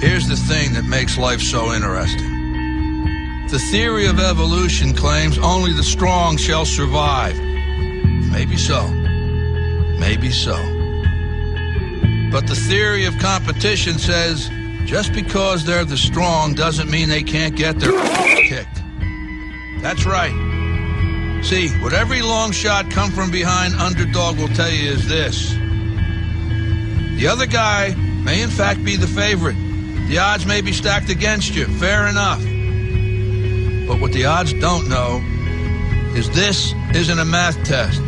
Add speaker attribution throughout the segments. Speaker 1: Here's the thing that makes life so interesting. The theory of evolution claims only the strong shall survive. Maybe so. Maybe so. But the theory of competition says just because they're the strong doesn't mean they can't get their kicked. That's right. See, what every long shot come from behind underdog will tell you is this. The other guy may in fact be the favorite. The odds may be stacked against you, fair enough. But what the odds don't know is this isn't a math test.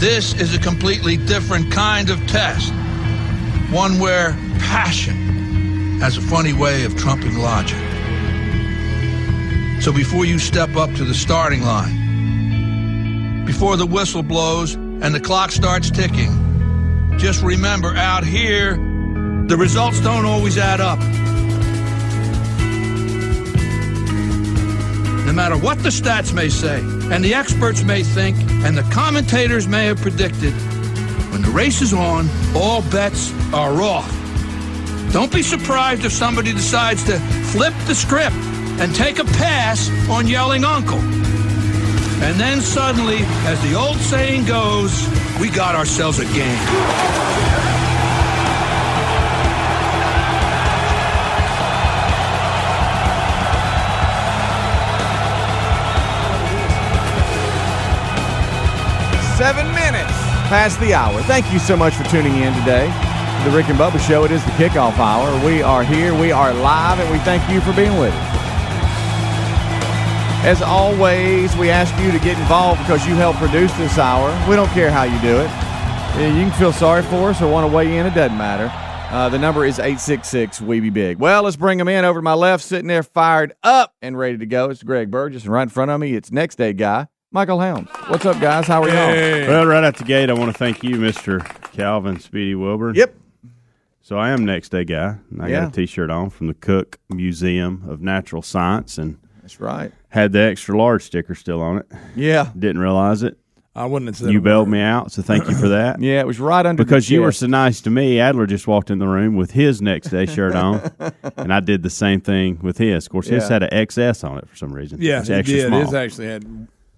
Speaker 1: This is a completely different kind of test. One where passion has a funny way of trumping logic. So before you step up to the starting line, before the whistle blows and the clock starts ticking, just remember out here, the results don't always add up. No matter what the stats may say, and the experts may think, and the commentators may have predicted, when the race is on, all bets are off. Don't be surprised if somebody decides to flip the script and take a pass on yelling uncle. And then suddenly, as the old saying goes, we got ourselves a game.
Speaker 2: Seven minutes past the hour. Thank you so much for tuning in today to the Rick and Bubba Show. It is the kickoff hour. We are here, we are live, and we thank you for being with us. As always, we ask you to get involved because you help produce this hour. We don't care how you do it. Uh, You can feel sorry for us or want to weigh in, it doesn't matter. Uh, the number is 866 We Be Big. Well, let's bring him in over to my left, sitting there fired up and ready to go. It's Greg Burgess, and right in front of me, it's next day guy, Michael Helms. What's up, guys? How are y'all?
Speaker 3: Well, right out the gate, I want to thank you, Mr. Calvin Speedy Wilburn.
Speaker 2: Yep.
Speaker 3: So I am next day guy. And I
Speaker 2: Yeah.
Speaker 3: got a T-shirt on from the Cook Museum of Natural Science and
Speaker 2: That's right.
Speaker 3: had the extra large sticker still on it.
Speaker 2: Yeah.
Speaker 3: Didn't realize it.
Speaker 4: I wouldn't have said
Speaker 3: You
Speaker 4: a word.
Speaker 3: bailed me out, so thank you for that.
Speaker 2: Yeah, it was right under
Speaker 3: Because
Speaker 2: the
Speaker 3: you were
Speaker 2: chest.
Speaker 3: so nice to me, Adler just walked in the room with his next day shirt on, and I did the same thing with his. Of course, his
Speaker 2: Yeah.
Speaker 3: had an XS on it for some reason.
Speaker 4: Yeah,
Speaker 3: it's
Speaker 4: he
Speaker 3: extra
Speaker 4: did.
Speaker 3: small.
Speaker 4: His actually had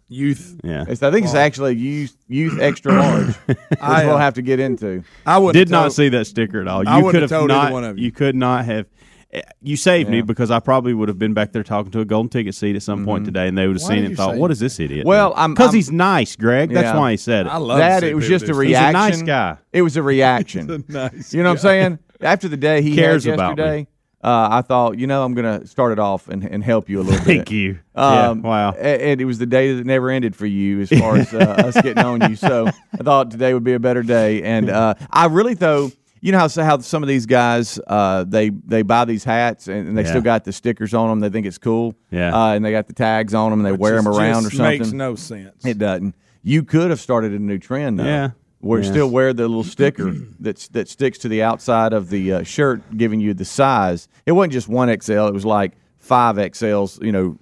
Speaker 4: youth.
Speaker 3: yeah,
Speaker 2: It's- I think it's actually youth, youth extra large, which
Speaker 4: I, uh,
Speaker 2: we'll have to get into.
Speaker 4: I would
Speaker 3: did not see that sticker at all. You
Speaker 4: I wouldn't
Speaker 3: could
Speaker 4: have
Speaker 3: have
Speaker 4: told either
Speaker 3: not.
Speaker 4: one of you.
Speaker 3: you. could not have. eh, You saved me because I probably would have been back there talking to a golden ticket seat at some point today, and they would have
Speaker 4: Why
Speaker 3: seen it
Speaker 4: did you
Speaker 3: and thought,
Speaker 4: say
Speaker 3: "What is this idiot?"
Speaker 2: Well, I'm-
Speaker 3: because
Speaker 2: I'm-
Speaker 3: he's nice, Greg. That's
Speaker 2: Yeah.
Speaker 3: why he said it.
Speaker 4: I love
Speaker 2: That
Speaker 4: to see
Speaker 2: it was
Speaker 4: people
Speaker 2: just a
Speaker 4: do
Speaker 3: He's
Speaker 2: reaction.
Speaker 3: a nice guy.
Speaker 2: It was a reaction.
Speaker 4: nice
Speaker 2: you know what I'm saying? After the day he
Speaker 3: Cares
Speaker 2: had
Speaker 3: about me.
Speaker 2: yesterday, uh, I thought, you know, I'm going to start it off and, and help you a little bit.
Speaker 3: Thank you.
Speaker 2: Um,
Speaker 3: yeah, wow.
Speaker 2: a- And it was the day that never ended for you as far as uh, us getting on you. So I thought today would be a better day. And uh, I really, though, you know how, how some of these guys, uh, they, they buy these hats and, and they
Speaker 3: Yeah.
Speaker 2: still got the stickers on them. They think it's cool.
Speaker 3: Yeah.
Speaker 2: Uh, and they got the tags on them and they wear them around or
Speaker 4: just
Speaker 2: something.
Speaker 4: Makes no sense.
Speaker 2: It doesn't. You could have started a new trend, though.
Speaker 3: Yeah.
Speaker 2: Where you
Speaker 3: Yeah.
Speaker 2: still wear the little sticker that's that sticks to the outside of the uh, shirt, giving you the size. It wasn't just one XL; it was like five XLs, you know,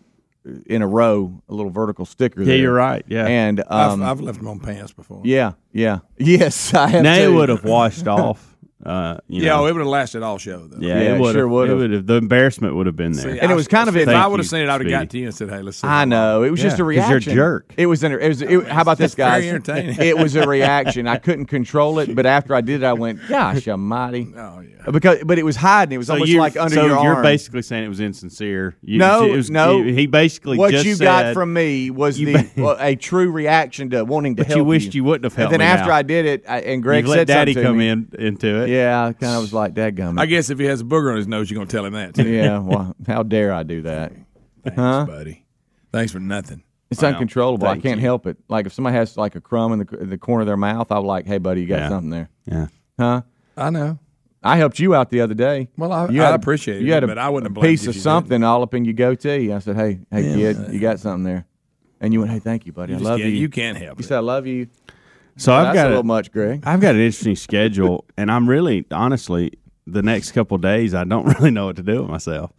Speaker 2: in a row, a little vertical sticker.
Speaker 3: Yeah, you're right. Yeah.
Speaker 2: and
Speaker 4: I've,
Speaker 2: um,
Speaker 4: I've left him on pants before.
Speaker 2: yeah, yeah, yes, I have.
Speaker 3: now it
Speaker 2: too.
Speaker 3: would have washed off. Uh, you
Speaker 4: Yeah,
Speaker 3: know.
Speaker 4: oh, it would have lasted all show though.
Speaker 3: yeah,
Speaker 2: Yeah, it
Speaker 3: it would
Speaker 2: sure
Speaker 3: have.
Speaker 2: would
Speaker 3: it
Speaker 2: have.
Speaker 3: would have. The embarrassment would have been there.
Speaker 4: See,
Speaker 2: And it
Speaker 4: I-
Speaker 2: was kind of
Speaker 4: if
Speaker 2: a-
Speaker 4: I
Speaker 3: Thank
Speaker 4: would have
Speaker 3: you,
Speaker 4: seen it, I would have got
Speaker 3: Speedy.
Speaker 4: to you and said, "Hey, let's." See
Speaker 2: I know it was
Speaker 3: Yeah,
Speaker 2: just a
Speaker 3: 'cause you're a
Speaker 2: reaction.
Speaker 3: jerk.
Speaker 2: It was. Inter- it was. It, how about this, guys?
Speaker 4: very entertaining.
Speaker 2: It was a reaction. I couldn't control it, but after I did it, I went, "Gosh, almighty!"
Speaker 4: Oh yeah.
Speaker 2: because but it was hiding. It was almost
Speaker 3: you-
Speaker 2: like under
Speaker 3: so
Speaker 2: your
Speaker 3: you're
Speaker 2: arm.
Speaker 3: basically saying it was insincere. You,
Speaker 2: No,
Speaker 3: it was,
Speaker 2: no.
Speaker 3: He basically
Speaker 2: what
Speaker 3: just
Speaker 2: you got
Speaker 3: said,
Speaker 2: from me was
Speaker 3: You
Speaker 2: the
Speaker 3: ba-
Speaker 2: well, a true reaction to wanting to
Speaker 3: But you
Speaker 2: help.
Speaker 3: wished you wouldn't have helped
Speaker 2: And then
Speaker 3: me
Speaker 2: after
Speaker 3: out.
Speaker 2: I did it, I, and Greg
Speaker 3: You've let
Speaker 2: said
Speaker 3: Daddy
Speaker 2: something to
Speaker 3: come
Speaker 2: me.
Speaker 3: in into it.
Speaker 2: Yeah, I kind of was like, "Dadgum."
Speaker 4: I guess if he has a booger on his nose, you're gonna tell him that. Too.
Speaker 2: yeah. Well, how dare I do that?
Speaker 4: Thanks, buddy. Thanks for nothing.
Speaker 2: It's uncontrollable. I
Speaker 3: Thank
Speaker 2: can't
Speaker 3: you.
Speaker 2: help it. Like if somebody has like a crumb in the, in the corner of their mouth, I'm like, "Hey, buddy, you got
Speaker 3: Yeah.
Speaker 2: something there?"
Speaker 3: yeah.
Speaker 2: Huh?
Speaker 4: I know.
Speaker 2: I helped you out the other day.
Speaker 4: Well, I-
Speaker 2: you
Speaker 4: I
Speaker 2: had a-
Speaker 4: appreciated
Speaker 2: you
Speaker 4: it,
Speaker 2: had a
Speaker 4: but I wouldn't have blamed
Speaker 2: piece
Speaker 4: you
Speaker 2: of
Speaker 4: if you
Speaker 2: something all up in your goatee. I said, "Hey, hey, kid, you got something there?" And you went, "Hey, thank you, buddy. I
Speaker 4: just
Speaker 2: love
Speaker 4: can't-
Speaker 2: you."
Speaker 4: you can't help
Speaker 2: You
Speaker 4: it.
Speaker 2: said, "I love you."
Speaker 3: So I've
Speaker 2: That's a
Speaker 3: got
Speaker 2: little
Speaker 3: a,
Speaker 2: much, Greg.
Speaker 3: I've got an interesting schedule, and I'm really honestly the next couple of days I don't really know what to do with myself.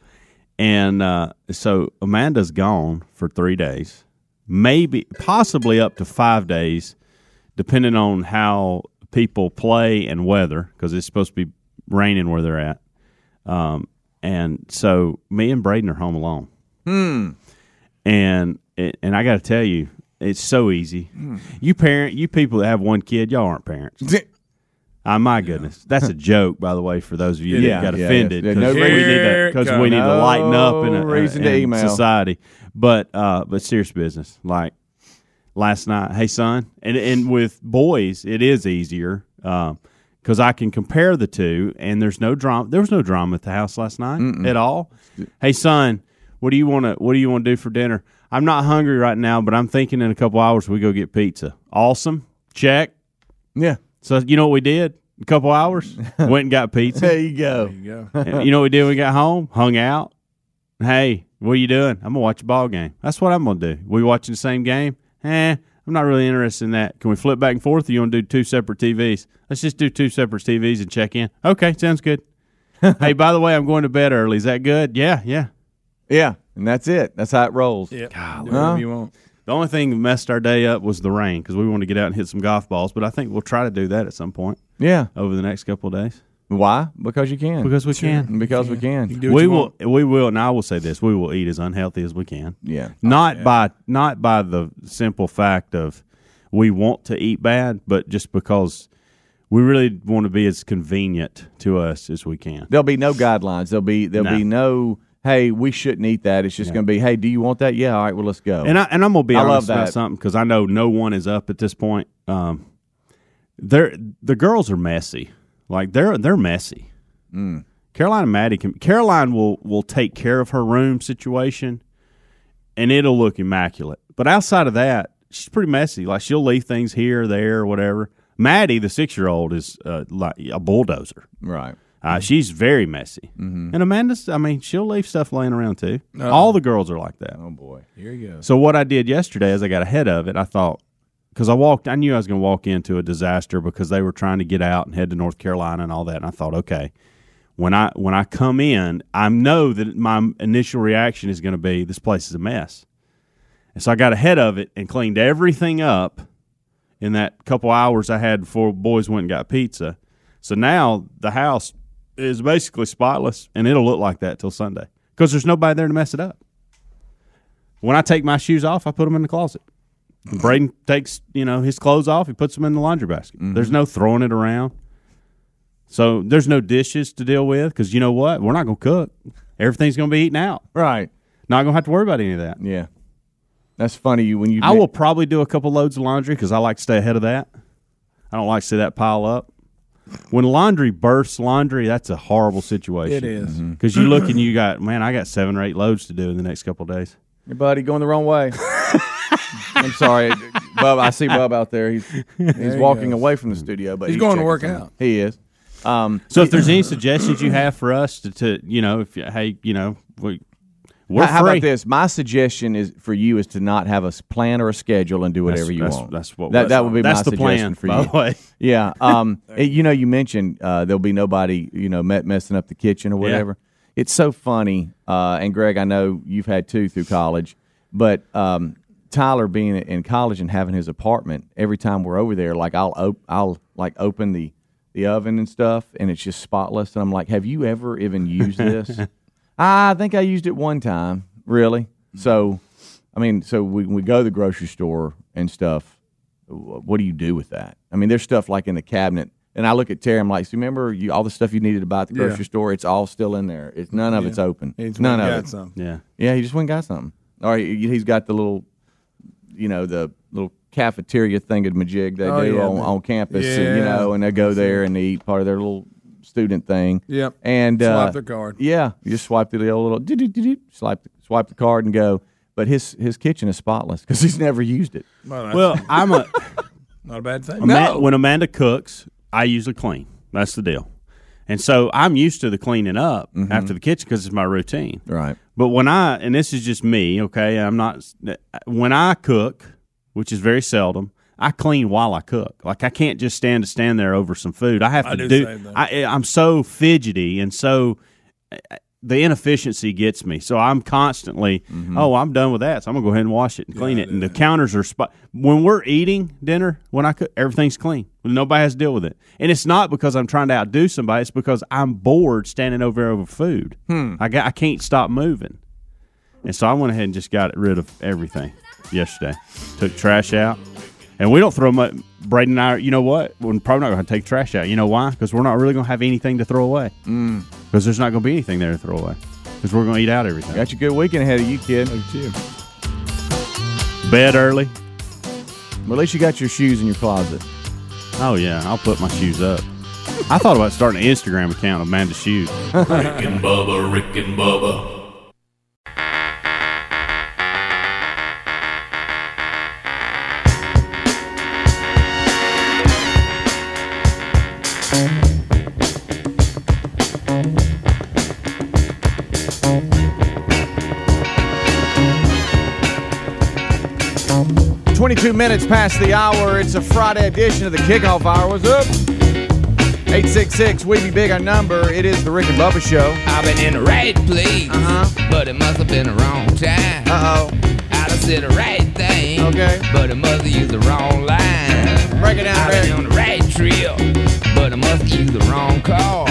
Speaker 3: And uh, so Amanda's gone for three days, maybe possibly up to five days, depending on how people play and weather, because it's supposed to be raining where they're at. Um, and so me and Braden are home alone.
Speaker 2: Hmm.
Speaker 3: And it, and I got to tell you, it's so easy. You parent, you people that have one kid, y'all aren't parents. Ah, my goodness, that's a joke, by the way, for those of you
Speaker 2: Yeah,
Speaker 3: that got
Speaker 2: yeah,
Speaker 3: offended
Speaker 2: yeah.
Speaker 3: because
Speaker 2: No
Speaker 3: we
Speaker 4: reason-
Speaker 3: need to because we need to lighten up in,
Speaker 2: No
Speaker 3: a,
Speaker 2: reason to
Speaker 3: in
Speaker 2: email.
Speaker 3: society. But uh, but serious business, like last night, hey son, and and with boys, it is easier because I can compare the two, and there's no drama. There was no drama at the house last night at all. Hey son, what do you want to what do you want to do for dinner? I'm not hungry right now, but I'm thinking in a couple hours we go get pizza. Awesome, check.
Speaker 2: Yeah.
Speaker 3: So you know what we did? A couple hours, went and got pizza.
Speaker 2: There you go.
Speaker 4: you go.
Speaker 3: you know what we did? when We got home, hung out. Hey, what are you doing? I'm gonna watch a ball game. That's what I'm gonna do. We watching the same game? Eh, I'm not really interested in that. Can we flip back and forth? Or you want to do two separate TVs? Let's just do two separate TVs and check in. Okay, sounds good. hey, by the way, I'm going to bed early. Is that good? Yeah, yeah.
Speaker 2: Yeah. And that's it. That's how it rolls.
Speaker 4: Yeah. Do whatever you want.
Speaker 3: The only thing that messed our day up was the rain because we want to get out and hit some golf balls. But I think we'll try to do that at some point
Speaker 2: Yeah.
Speaker 3: over the next couple of days
Speaker 2: Why? Because you can.
Speaker 3: because we can.
Speaker 2: Because we
Speaker 4: You can
Speaker 2: can.
Speaker 4: do what
Speaker 3: we
Speaker 4: you
Speaker 3: will
Speaker 4: want.
Speaker 3: we will and i will say this we will eat as unhealthy as we can
Speaker 2: Yeah.
Speaker 3: not by not by the simple fact of we want to eat bad but just because we really want to be as convenient to us as we can
Speaker 2: There'll be no guidelines. There'll be there'll
Speaker 3: No.
Speaker 2: be no. Hey, we shouldn't eat that. It's just going to be. Hey, do you want that? Yeah. All right. Well, let's go.
Speaker 3: and i and i'm gonna be
Speaker 2: I love
Speaker 3: honest about
Speaker 2: that.
Speaker 3: something because i know no one is up at this point um they're the girls are messy like they're they're messy
Speaker 2: Mm.
Speaker 3: Caroline and Maddie can Caroline will will take care of her room situation and it'll look immaculate. But outside of that, she's pretty messy. Like she'll leave things here, there, whatever. Maddie, the six year old, is uh, like a bulldozer.
Speaker 2: right. Mm-hmm.
Speaker 3: Uh, she's very messy. And Amanda's, I mean, she'll leave stuff laying around too. All the girls are like that.
Speaker 2: Uh-huh. Oh boy.
Speaker 4: Here you go.
Speaker 3: So what I did yesterday is I got ahead of it. I thought because I walked, I knew I was going to walk into a disaster because they were trying to get out and head to North Carolina and all that. And I thought, okay, when I when I come in, I know that my initial reaction is going to be this place is a mess. And so I got ahead of it and cleaned everything up in that couple hours I had before boys went and got pizza. So now the house is basically spotless, and it'll look like that till Sunday because there's nobody there to mess it up. When I take my shoes off, I put them in the closet. When Braden takes you know his clothes off, he puts them in the laundry basket.
Speaker 2: Mm-hmm.
Speaker 3: There's no throwing it around. So there's no dishes to deal with because you know what? We're not gonna cook. Everything's gonna be eaten out.
Speaker 2: Right.
Speaker 3: Not gonna have to worry about any of that.
Speaker 2: Yeah. That's funny. You when you.
Speaker 3: I will probably do a couple loads of laundry because I like to stay ahead of that. I don't like to see that pile up. When laundry bursts laundry, that's a horrible situation.
Speaker 4: It is.
Speaker 3: because you look and you got man, I got seven or eight loads to do in the next couple of days.
Speaker 2: Your buddy going the wrong way. I'm sorry, Bub. I see Bub out there. He's he's
Speaker 4: he
Speaker 2: walking
Speaker 4: goes.
Speaker 2: away from the studio, but
Speaker 4: He's going to
Speaker 2: checking
Speaker 4: work
Speaker 2: something.
Speaker 4: out.
Speaker 2: He is. Um,
Speaker 3: So if there's any suggestions you have for us to, to you know, if you- hey, you know, we, we're
Speaker 2: how, how
Speaker 3: free.
Speaker 2: about this? My suggestion is for you is to not have a s- plan or a schedule and do
Speaker 3: That's-
Speaker 2: whatever you
Speaker 3: that's-
Speaker 2: want.
Speaker 3: That's what
Speaker 2: that, that would be
Speaker 3: that's
Speaker 2: my
Speaker 3: the plan
Speaker 2: suggestion for
Speaker 3: by
Speaker 2: you.
Speaker 3: The way.
Speaker 2: Yeah. Um, it- you know, you mentioned uh, there'll be nobody, you know, met messing up the kitchen or whatever. It's so funny. Uh, and Greg, I know you've had two through college, but um, Tyler being in college and having his apartment, every time we're over there, like I'll op- I'll like open the the oven and stuff, and it's just spotless. And I'm like, have you ever even used this? I think I used it one time, really. So, I mean, so we we go to the grocery store and stuff wh- what do you do with that? I mean, there's stuff like in the cabinet, and I look at Terry. I'm like, so remember you, all the stuff you needed to buy at the
Speaker 4: Yeah.
Speaker 2: grocery store? It's all still in there. It's none of it's open.
Speaker 4: He's
Speaker 2: none
Speaker 4: went
Speaker 2: of
Speaker 4: and
Speaker 2: it.
Speaker 4: got some.
Speaker 3: Yeah.
Speaker 2: Yeah, he just went and got something. Or he, he's got the little, you know, the little cafeteria thing at Majig they
Speaker 4: Oh,
Speaker 2: do
Speaker 4: yeah,
Speaker 2: on,
Speaker 4: the-
Speaker 2: on campus, and, you
Speaker 4: Yeah.
Speaker 2: know, and they go there and they eat part of their little student thing.
Speaker 4: Yep.
Speaker 2: And
Speaker 4: Swipe
Speaker 2: uh,
Speaker 4: their card.
Speaker 2: Yeah, you just swipe the old little do do do do swipe swipe the card and go. But his his kitchen is spotless because he's never used it.
Speaker 4: Well, that's
Speaker 3: Well, I'm a
Speaker 4: not a bad thing.
Speaker 3: Ama- when Amanda cooks, I usually clean. That's the deal. And so I'm used to the cleaning up after the kitchen because it's my routine.
Speaker 2: Mm-hmm. Right.
Speaker 3: But when I and this is just me, okay, I'm not when I cook, which is very seldom. I clean while I cook. Like I can't just stand to stand there over some food. I eh, have to
Speaker 4: I do
Speaker 3: do.
Speaker 4: same thing.
Speaker 3: I, I'm so fidgety and so eh, the inefficiency gets me. So I'm constantly, oh, I'm done with that. So I'm gonna go ahead and wash it and clean it. And the counters are spot. When we're eating dinner, when I cook, everything's clean. Nobody has to deal with it. And it's not because I'm trying to outdo somebody. It's because I'm bored standing over there over food.
Speaker 2: Hmm.
Speaker 3: I got, I can't stop moving. And so I went ahead and just got rid of everything yesterday. Took trash out. And we don't throw much. Braden and I, are- you know what? We're probably not going to take trash out. You know why? Because we're not really going to have anything to throw away. Because
Speaker 2: Mm.
Speaker 3: there's not going to be anything there to throw away. Because we're going to eat out everything.
Speaker 2: Got your good weekend ahead of you, kid.
Speaker 3: Bed early.
Speaker 2: Well, at least you got your shoes in your closet.
Speaker 3: Oh, yeah. I'll put my shoes up. I thought about starting an Instagram account of Amanda's Shoes.
Speaker 5: Rick and Bubba, Rick and Bubba.
Speaker 2: Twenty-two minutes past the hour. It's a Friday edition of the Kickoff Hour. What's up? Eight six six. We be big. Our number. It is the Rick and Bubba Show.
Speaker 6: I've been in the right place,
Speaker 2: Uh-huh.
Speaker 6: but it must have been the wrong time.
Speaker 2: Uh oh.
Speaker 6: I done said the right thing,
Speaker 2: Okay.
Speaker 6: but it must have used the wrong line.
Speaker 2: Break it down,
Speaker 6: I've been
Speaker 2: Rick.
Speaker 6: on the right trail, but it must have used the wrong call.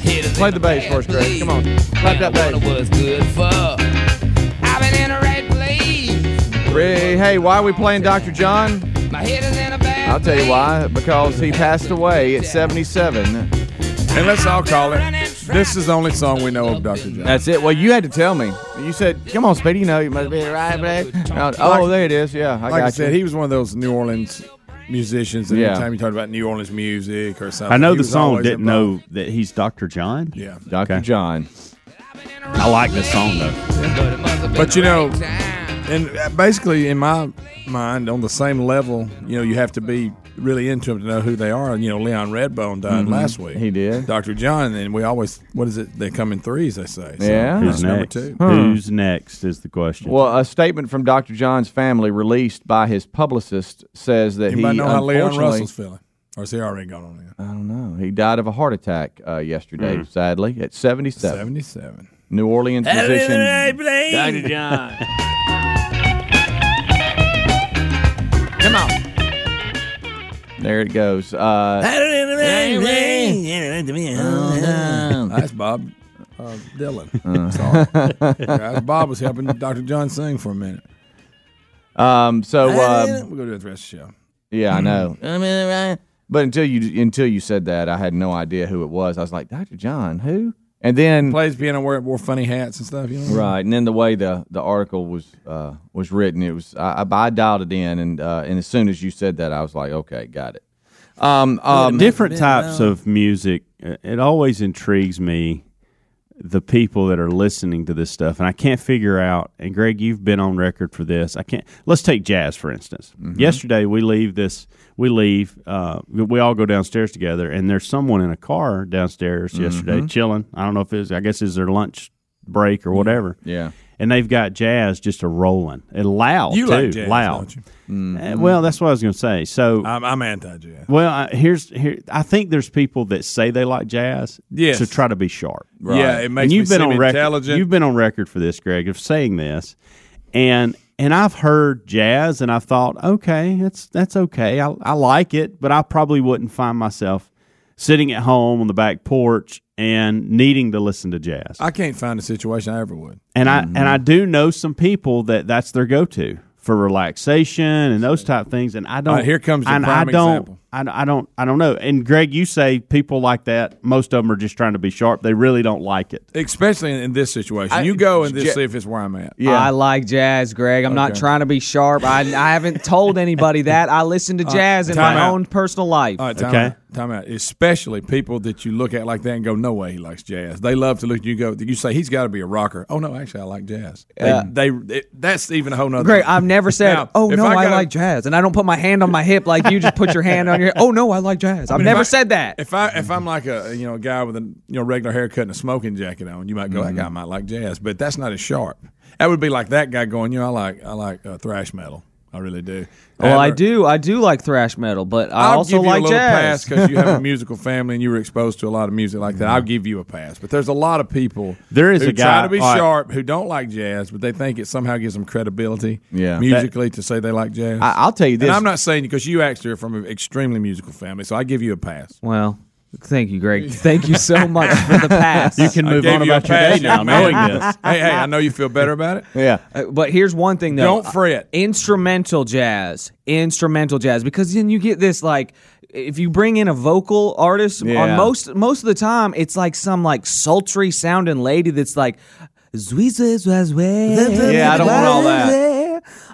Speaker 6: Hit us
Speaker 2: Play
Speaker 6: in
Speaker 2: the bass
Speaker 6: bad
Speaker 2: for us, Greg.
Speaker 6: place.
Speaker 2: Come on. Clap
Speaker 6: When
Speaker 2: that
Speaker 6: I wonder
Speaker 2: bass.
Speaker 6: what's good for. I've been in the right place.
Speaker 2: Hey, hey, why are we playing Dr. John?
Speaker 6: My head is in a bad
Speaker 2: I'll tell you
Speaker 6: place.
Speaker 2: why. Because he passed away at seventy-seven.
Speaker 4: And let's all call it. This is the only song we know of Dr. John.
Speaker 2: That's it. Well, you had to tell me. You said, "Come on, Speedy. You know you must be right, man." No, oh, there it is. Yeah, I got
Speaker 4: like I
Speaker 2: you.
Speaker 4: said, he was one of those New Orleans musicians. And
Speaker 2: Yeah.
Speaker 4: Anytime you talked about New Orleans music or something,
Speaker 3: I know
Speaker 4: Uh, he
Speaker 3: the
Speaker 4: was
Speaker 3: song
Speaker 4: always
Speaker 3: didn't
Speaker 4: involved.
Speaker 3: know that he's Dr. John.
Speaker 4: Yeah.
Speaker 2: Dr.
Speaker 3: Okay.
Speaker 2: John.
Speaker 3: I like this song, though.
Speaker 6: But, it must have been
Speaker 4: But you
Speaker 6: the
Speaker 4: know-
Speaker 6: right time.
Speaker 4: And uh, basically, in my mind, on the same level, you know, you have to be really into them to know who they are. And, you know, Leon Redbone died last week.
Speaker 2: Mm-hmm. He did.
Speaker 4: Dr. John, and we always, what is it? They come in threes, they say. So
Speaker 2: Yeah. Hmm.
Speaker 4: that's
Speaker 3: Who's
Speaker 4: number
Speaker 3: next?
Speaker 4: two.
Speaker 3: Who's next is the question.
Speaker 2: Well, a statement from Dr. John's family, released by his publicist, says that
Speaker 4: Anybody
Speaker 2: he
Speaker 4: know how Leon
Speaker 2: unfortunately-
Speaker 4: Russell's feeling? Or is he already gone on in?
Speaker 2: I don't know. He died of a heart attack uh, yesterday,
Speaker 4: Mm.
Speaker 2: sadly, at 77.
Speaker 4: 77.
Speaker 2: New Orleans musician.
Speaker 3: Dr. John.
Speaker 2: Come on. There it goes. Uh,
Speaker 4: That's Bob uh, Dylan. Sorry.
Speaker 2: Uh.
Speaker 4: Guys, Bob was helping Dr. John sing for a minute.
Speaker 2: um, so uh,
Speaker 4: we'll go do the rest of the show.
Speaker 2: yeah, I know. But until you until you said that, I had no idea who it was. I was like, Dr. John, who? And then
Speaker 4: Plays piano, wore, wore funny hats and stuff. You know?
Speaker 2: Right, and then the way the, the article was uh, was written, it was I, I, I dialed it in, and uh, and as soon as you said that, I was like, okay, got it. Um, um,
Speaker 3: different types of music uh, it always intrigues me the people that are listening to this stuff and i can't figure out and greg you've been on record for this i can't let's take jazz for instance
Speaker 4: Mm-hmm.
Speaker 3: yesterday we leave this we leave uh, we all go downstairs together and there's someone in a car downstairs
Speaker 4: Mm-hmm.
Speaker 3: yesterday chilling i don't know if it's i guess it's their lunch break or whatever
Speaker 2: yeah,
Speaker 3: and they've got jazz just a rolling and loud
Speaker 4: You
Speaker 3: too
Speaker 4: like jazz,
Speaker 3: loud
Speaker 4: don't you?
Speaker 3: Uh, well that's what i was going to say so
Speaker 4: I'm, I'm anti-jazz.
Speaker 3: well, I, here's here. I think there's people that say they like jazz
Speaker 4: Yes.
Speaker 3: to try to be sharp.
Speaker 4: Yeah, it makes
Speaker 3: and you've
Speaker 4: me
Speaker 3: been
Speaker 4: seem
Speaker 3: on record.
Speaker 4: intelligent.
Speaker 3: You've been on record for this, Greg, of saying this, and and I've heard jazz, and I thought, okay, that's that's okay. I, I like it, but I probably wouldn't find myself sitting at home on the back porch and needing to listen to jazz.
Speaker 4: I can't find a situation I ever would.
Speaker 3: and
Speaker 7: Mm-hmm.
Speaker 3: I and I
Speaker 4: Mm-hmm.
Speaker 3: do know some people that that's their go to for relaxation and those type of things. And I don't.
Speaker 4: All right, here comes the
Speaker 3: and
Speaker 4: prime
Speaker 3: I don't,
Speaker 4: example.
Speaker 3: I, I don't. I don't know. And Greg, you say people like that. Most of them are just trying to be sharp. They really don't like it.
Speaker 4: Especially in, in this situation.
Speaker 7: I-
Speaker 4: you go and just
Speaker 2: Ja-
Speaker 4: see if it's where I'm at.
Speaker 2: yeah.
Speaker 7: I like jazz, Greg. I'm not
Speaker 4: Okay.
Speaker 7: trying to be sharp. I, I haven't told anybody that. I listen to jazz in
Speaker 4: time
Speaker 7: my
Speaker 4: out.
Speaker 7: own personal life.
Speaker 4: All right, time
Speaker 3: Okay.
Speaker 4: out. Time out. Especially people that you look at like that and go, no way he likes jazz. They love to look at you and go, you say, he's got to be a rocker. Oh, no, actually, I like jazz. They,
Speaker 7: Yeah.
Speaker 4: they, it- That's even a whole nother.
Speaker 7: Greg, I've never said,
Speaker 4: Now,
Speaker 7: "Oh
Speaker 4: if
Speaker 7: no, I,
Speaker 4: gotta-
Speaker 7: like jazz," and I don't put my hand on my hip like you just put your hand on your. Oh no, I like jazz. I've
Speaker 4: mean, if
Speaker 7: never
Speaker 4: I-
Speaker 7: said that.
Speaker 4: If I if I'm like a you know a guy with a you know regular haircut and a smoking jacket on, you might go that guy might like jazz, but that's not as sharp. That would be like that guy going, you know, I like I like uh, thrash metal. I really do.
Speaker 7: Well, I
Speaker 4: Ever-
Speaker 7: do. I do like thrash metal, but I
Speaker 4: I'll
Speaker 7: also
Speaker 4: give you
Speaker 7: like
Speaker 4: a little
Speaker 7: jazz. Mm-hmm.
Speaker 4: pass because you have a musical family and you were exposed to a lot of music like that. I'll give you a pass, but there's a lot of people.
Speaker 3: There is
Speaker 4: who
Speaker 3: a guy-
Speaker 4: try to be
Speaker 3: all right.
Speaker 4: sharp who don't like jazz, but they think it somehow gives them credibility,
Speaker 2: Yeah.
Speaker 4: musically to say they like jazz.
Speaker 2: I, I'll tell you this.
Speaker 4: and I'm not saying because you actually are from an extremely musical family, so I give you a pass.
Speaker 7: Well, thank you, Greg. Thank you so much for the pass.
Speaker 3: You can move
Speaker 4: gave
Speaker 3: on
Speaker 4: you a
Speaker 3: about your day
Speaker 4: pass,
Speaker 3: now,
Speaker 4: young man.
Speaker 3: knowing this.
Speaker 4: hey, hey, I know you feel better about it.
Speaker 2: yeah.
Speaker 7: Uh, but here's one thing though. Uh,
Speaker 4: Don't fret.
Speaker 7: Instrumental jazz, instrumental jazz, because then you get this like if you bring in a vocal artist
Speaker 2: Yeah.
Speaker 7: on most most of the time it's like some like sultry sounding lady that's like yeah,
Speaker 2: I don't want all that.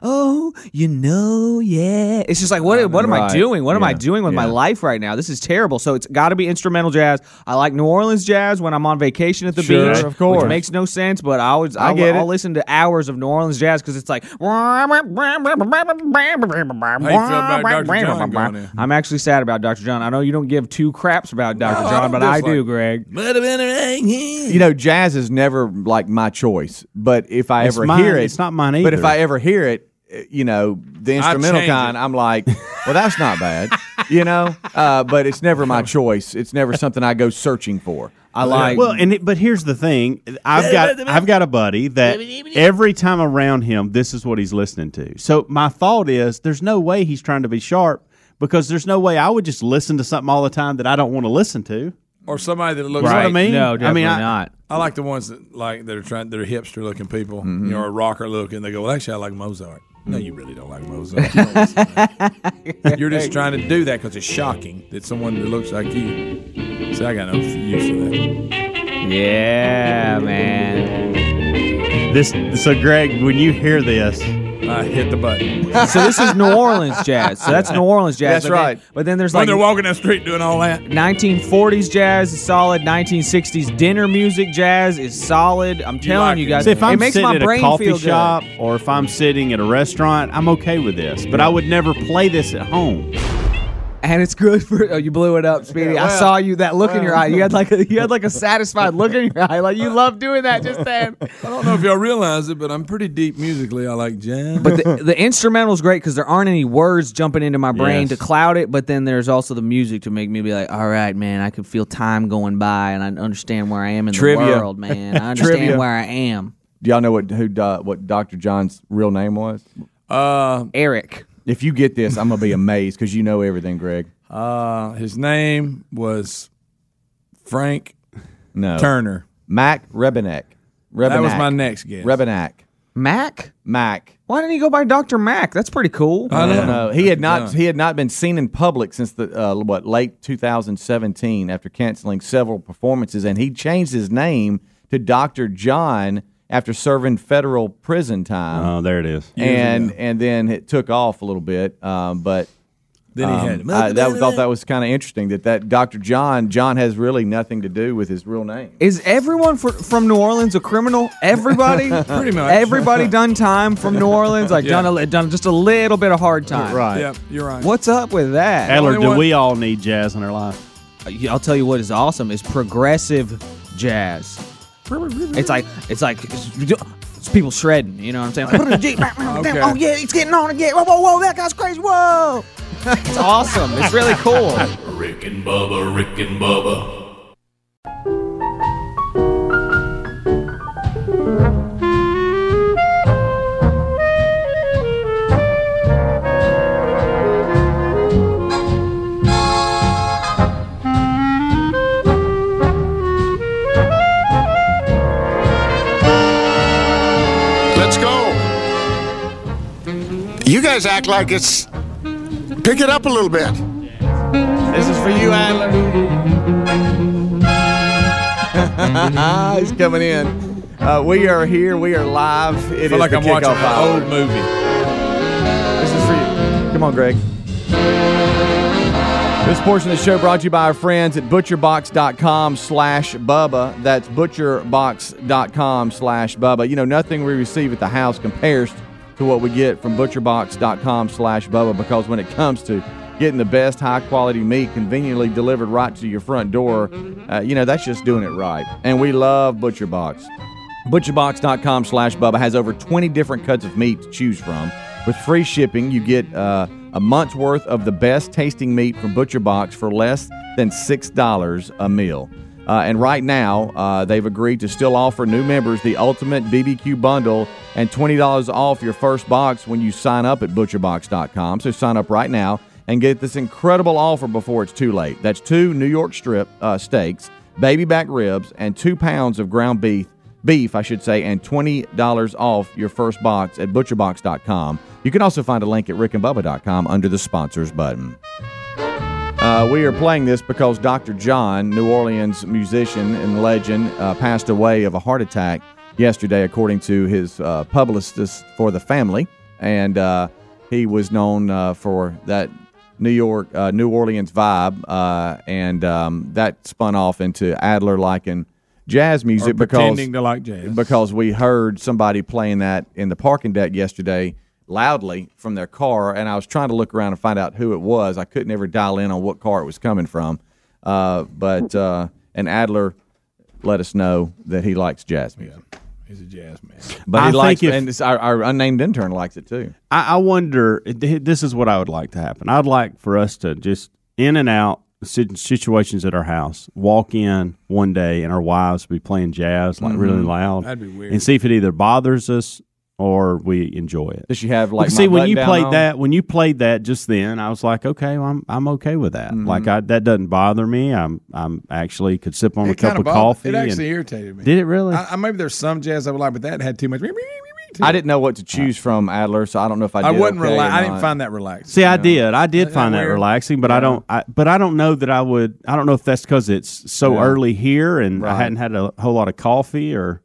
Speaker 7: Oh, you know, yeah. It's just like what what am
Speaker 2: Right.
Speaker 7: I doing? What am I
Speaker 2: Yeah.
Speaker 7: doing with my
Speaker 2: Yeah.
Speaker 7: life right now? This is terrible. So it's got to be instrumental jazz. I like New Orleans jazz when I'm on vacation at the
Speaker 2: Sure,
Speaker 7: beach,
Speaker 2: of course.
Speaker 7: which makes no sense, but I always
Speaker 2: I
Speaker 7: I
Speaker 2: get
Speaker 7: will I'll
Speaker 2: it.
Speaker 7: listen to hours of New Orleans jazz because it's like.
Speaker 4: Dr. John going in?
Speaker 7: I'm actually sad about Dr. John. I know you don't give two craps about Dr.
Speaker 4: No, I
Speaker 7: John,
Speaker 4: don't
Speaker 7: but I do,
Speaker 4: dislike-
Speaker 7: Greg.
Speaker 2: You know, jazz is never like my choice, but if I
Speaker 3: It's
Speaker 2: ever
Speaker 3: mine-
Speaker 2: hear it,
Speaker 3: it's not mine
Speaker 2: But if
Speaker 3: either.
Speaker 2: I ever hear it, uh, you know, the instrumental
Speaker 4: change
Speaker 2: kind,
Speaker 4: it.
Speaker 2: I'm like, well, that's not bad, you know. Uh, but it's never my choice. It's never something I go searching for. I like.
Speaker 3: well, and it, but here's the thing: I've got I've got a buddy that every time around him, this is what he's listening to. So my thought is, there's no way he's trying to be sharp because there's no way I would just listen to something all the time that I don't want to listen to.
Speaker 4: Or somebody that looks
Speaker 3: You know what I
Speaker 4: like
Speaker 3: mean?
Speaker 7: No, definitely
Speaker 3: I mean, I-
Speaker 7: not.
Speaker 4: I like the ones that like that are trying they're hipster looking people,
Speaker 3: Mm-hmm.
Speaker 4: you know, or rocker looking. They go, well, actually, I like Mozart. No, you really don't like Mozart. You're just trying to do that because it's shocking that someone that looks like you. See, I got no use for that.
Speaker 7: Yeah, man.
Speaker 3: This so, Greg, when you hear this,
Speaker 4: I hit the button.
Speaker 7: so this is New Orleans jazz. So that's New Orleans jazz.
Speaker 2: That's
Speaker 7: but then-
Speaker 2: right.
Speaker 7: but then there's
Speaker 4: When
Speaker 7: like
Speaker 4: they're walking down the street doing all that.
Speaker 7: 1940s jazz is solid. 1960s dinner music jazz is solid. I'm telling
Speaker 4: like
Speaker 7: you
Speaker 4: it.
Speaker 7: guys,
Speaker 3: so if I'm
Speaker 7: it makes
Speaker 3: sitting
Speaker 7: my
Speaker 3: at a
Speaker 7: brain
Speaker 3: coffee
Speaker 7: feel
Speaker 3: shop or if I'm sitting at a restaurant, I'm okay with this, but I would never play this at home.
Speaker 7: good, and it's good for. Oh, you blew it up, Speedy. I saw you that look in your eye. You had like a you had like a satisfied look in your eye, like you love doing that just then.
Speaker 4: I don't know if y'all realize it, but I'm pretty deep musically. I like jazz.
Speaker 7: But the, the instrumental's great because there aren't any words jumping into my brain
Speaker 3: Yes.
Speaker 7: to cloud it. But then there's also the music to make me be like, all right, man, I can feel time going by and I understand where I am in
Speaker 2: Trivia.
Speaker 7: the world, man. I understand
Speaker 2: Trivia.
Speaker 7: where I am.
Speaker 2: do y'all know what who uh, what Dr. John's real name was?
Speaker 4: uh,
Speaker 7: Eric.
Speaker 2: If you get this, I'm gonna be amazed because you know everything, Greg.
Speaker 4: uh, his name was Frank
Speaker 2: No,
Speaker 4: Turner.
Speaker 2: Mac Rebenak. Rebenak.
Speaker 4: That was my next guess.
Speaker 2: Rebenak.
Speaker 7: Mac?
Speaker 2: Mac.
Speaker 7: Why didn't he go by Dr. Mac? That's pretty cool.
Speaker 4: I don't
Speaker 2: No,
Speaker 4: know.
Speaker 2: he had not.
Speaker 4: Yeah.
Speaker 2: He had not been seen in public since the uh, what late 2017 after canceling several performances, and he changed his name to Doctor John after serving federal prison time,
Speaker 3: Oh, there it is.
Speaker 2: and and then it took off a little bit. Um, but
Speaker 4: Then he had
Speaker 2: um, I that was- thought that was kind of interesting that that Doctor John John has really nothing to do with his real name.
Speaker 7: Is everyone fr- from New Orleans a criminal? Everybody,
Speaker 4: Pretty much.
Speaker 7: Everybody done time from New Orleans, like done a li- done just a little bit of hard time.
Speaker 3: Right.
Speaker 4: Yeah, you're right.
Speaker 7: What's up with that?
Speaker 3: Adler,
Speaker 4: Only
Speaker 3: do
Speaker 4: one-
Speaker 3: we all need jazz in our life?
Speaker 7: Yeah, I'll tell you what is awesome is progressive jazz. It's like it's like it's, it's people shredding. You know what I'm saying? Like,
Speaker 4: Okay.
Speaker 7: Oh yeah, it's getting on again. Whoa, whoa, whoa! That guy's crazy. Whoa! It's awesome. It's really cool.
Speaker 5: Rick and Bubba, Rick and Bubba,
Speaker 8: Let's go. You guys act like it's. Pick it up a little bit.
Speaker 2: This is for you, Adler. He's coming in. Uh, we are here. We are live. It is
Speaker 4: I feel like
Speaker 2: the
Speaker 4: I'm watching
Speaker 2: kickoff hour.
Speaker 4: an old movie.
Speaker 2: This is for you. Come on, Greg. This portion of the show brought to you by our friends at butcherbox.com slash Bubba. That's butcherbox.com slash Bubba. You know, nothing we receive at the house compares to what we get from butcherbox.com slash Bubba because when it comes to getting the best high quality meat conveniently delivered right to your front door, uh, you know, that's just doing it right. And we love ButcherBox. ButcherBox.com slash Bubba has over 20 different cuts of meat to choose from With free shipping, you get uh, a month's worth of the best tasting meat from Butcher Box for less than $6 a meal. Uh, and right now, uh, they've agreed to still offer new members the ultimate BBQ bundle and $20 off your first box when you sign up at butcherbox.com. So sign up right now and get this incredible offer before it's too late. That's two New York strip uh, steaks, baby back ribs, and two pounds of ground beef beef, I should say, and $20 off your first box at butcherbox.com. You can also find a link at rickandbubba.com under the sponsors button. Uh, we are playing this because Dr. John, New Orleans musician and legend, uh, passed away of a heart attack yesterday, according to his uh, publicist for the family. And uh, he was known uh, for that New York, uh, New Orleans vibe. Uh, and um, that spun off into Adler liking jazz
Speaker 4: Or
Speaker 2: music because
Speaker 4: pretending to like jazz.
Speaker 2: because we heard somebody playing that in the parking deck yesterday loudly from their car, and I was trying to look around and find out who it was. I couldn't ever dial in on what car it was coming from, uh, but uh, and Adler let us know that he likes jazz music.
Speaker 4: he's a jazz man.
Speaker 2: But
Speaker 3: I
Speaker 2: he
Speaker 3: think
Speaker 2: likes,
Speaker 3: if-
Speaker 2: and this, our, our unnamed intern likes it too.
Speaker 3: I, I wonder. This is what I would like to happen. I'd like for us to just in and out sit- situations at our house. Walk in one day, and our wives be playing jazz like really loud.
Speaker 4: Mm-hmm. That'd be weird.
Speaker 3: And see if it either bothers us or we enjoy it.
Speaker 2: Does she have like?
Speaker 3: see
Speaker 2: my
Speaker 3: when
Speaker 2: button
Speaker 3: you
Speaker 2: down
Speaker 3: played
Speaker 2: on?
Speaker 3: that when you played that just then i was like okay well, i'm i'm okay with that
Speaker 2: Mm-hmm.
Speaker 3: like I, that doesn't bother me i'm i'm actually could sip on a
Speaker 4: It
Speaker 3: cup
Speaker 4: kinda
Speaker 3: of
Speaker 4: bothered-
Speaker 3: coffee
Speaker 4: It
Speaker 3: and-
Speaker 4: actually irritated me.
Speaker 3: did it really
Speaker 4: I, I, maybe there's some jazz I would like, but that had too much.
Speaker 2: I didn't know what to
Speaker 3: Uh,
Speaker 2: choose from Adler, so I don't know if I. Did
Speaker 4: I wasn't
Speaker 2: okay or
Speaker 4: relaxed. I didn't
Speaker 2: not.
Speaker 4: find that relaxed.
Speaker 3: see i did i did
Speaker 4: that
Speaker 3: find that
Speaker 4: weird?
Speaker 3: relaxing but i don't I, but i don't know that i would i don't know if that's because it's so early here and i
Speaker 2: Right.
Speaker 3: hadn't had a whole lot of coffee or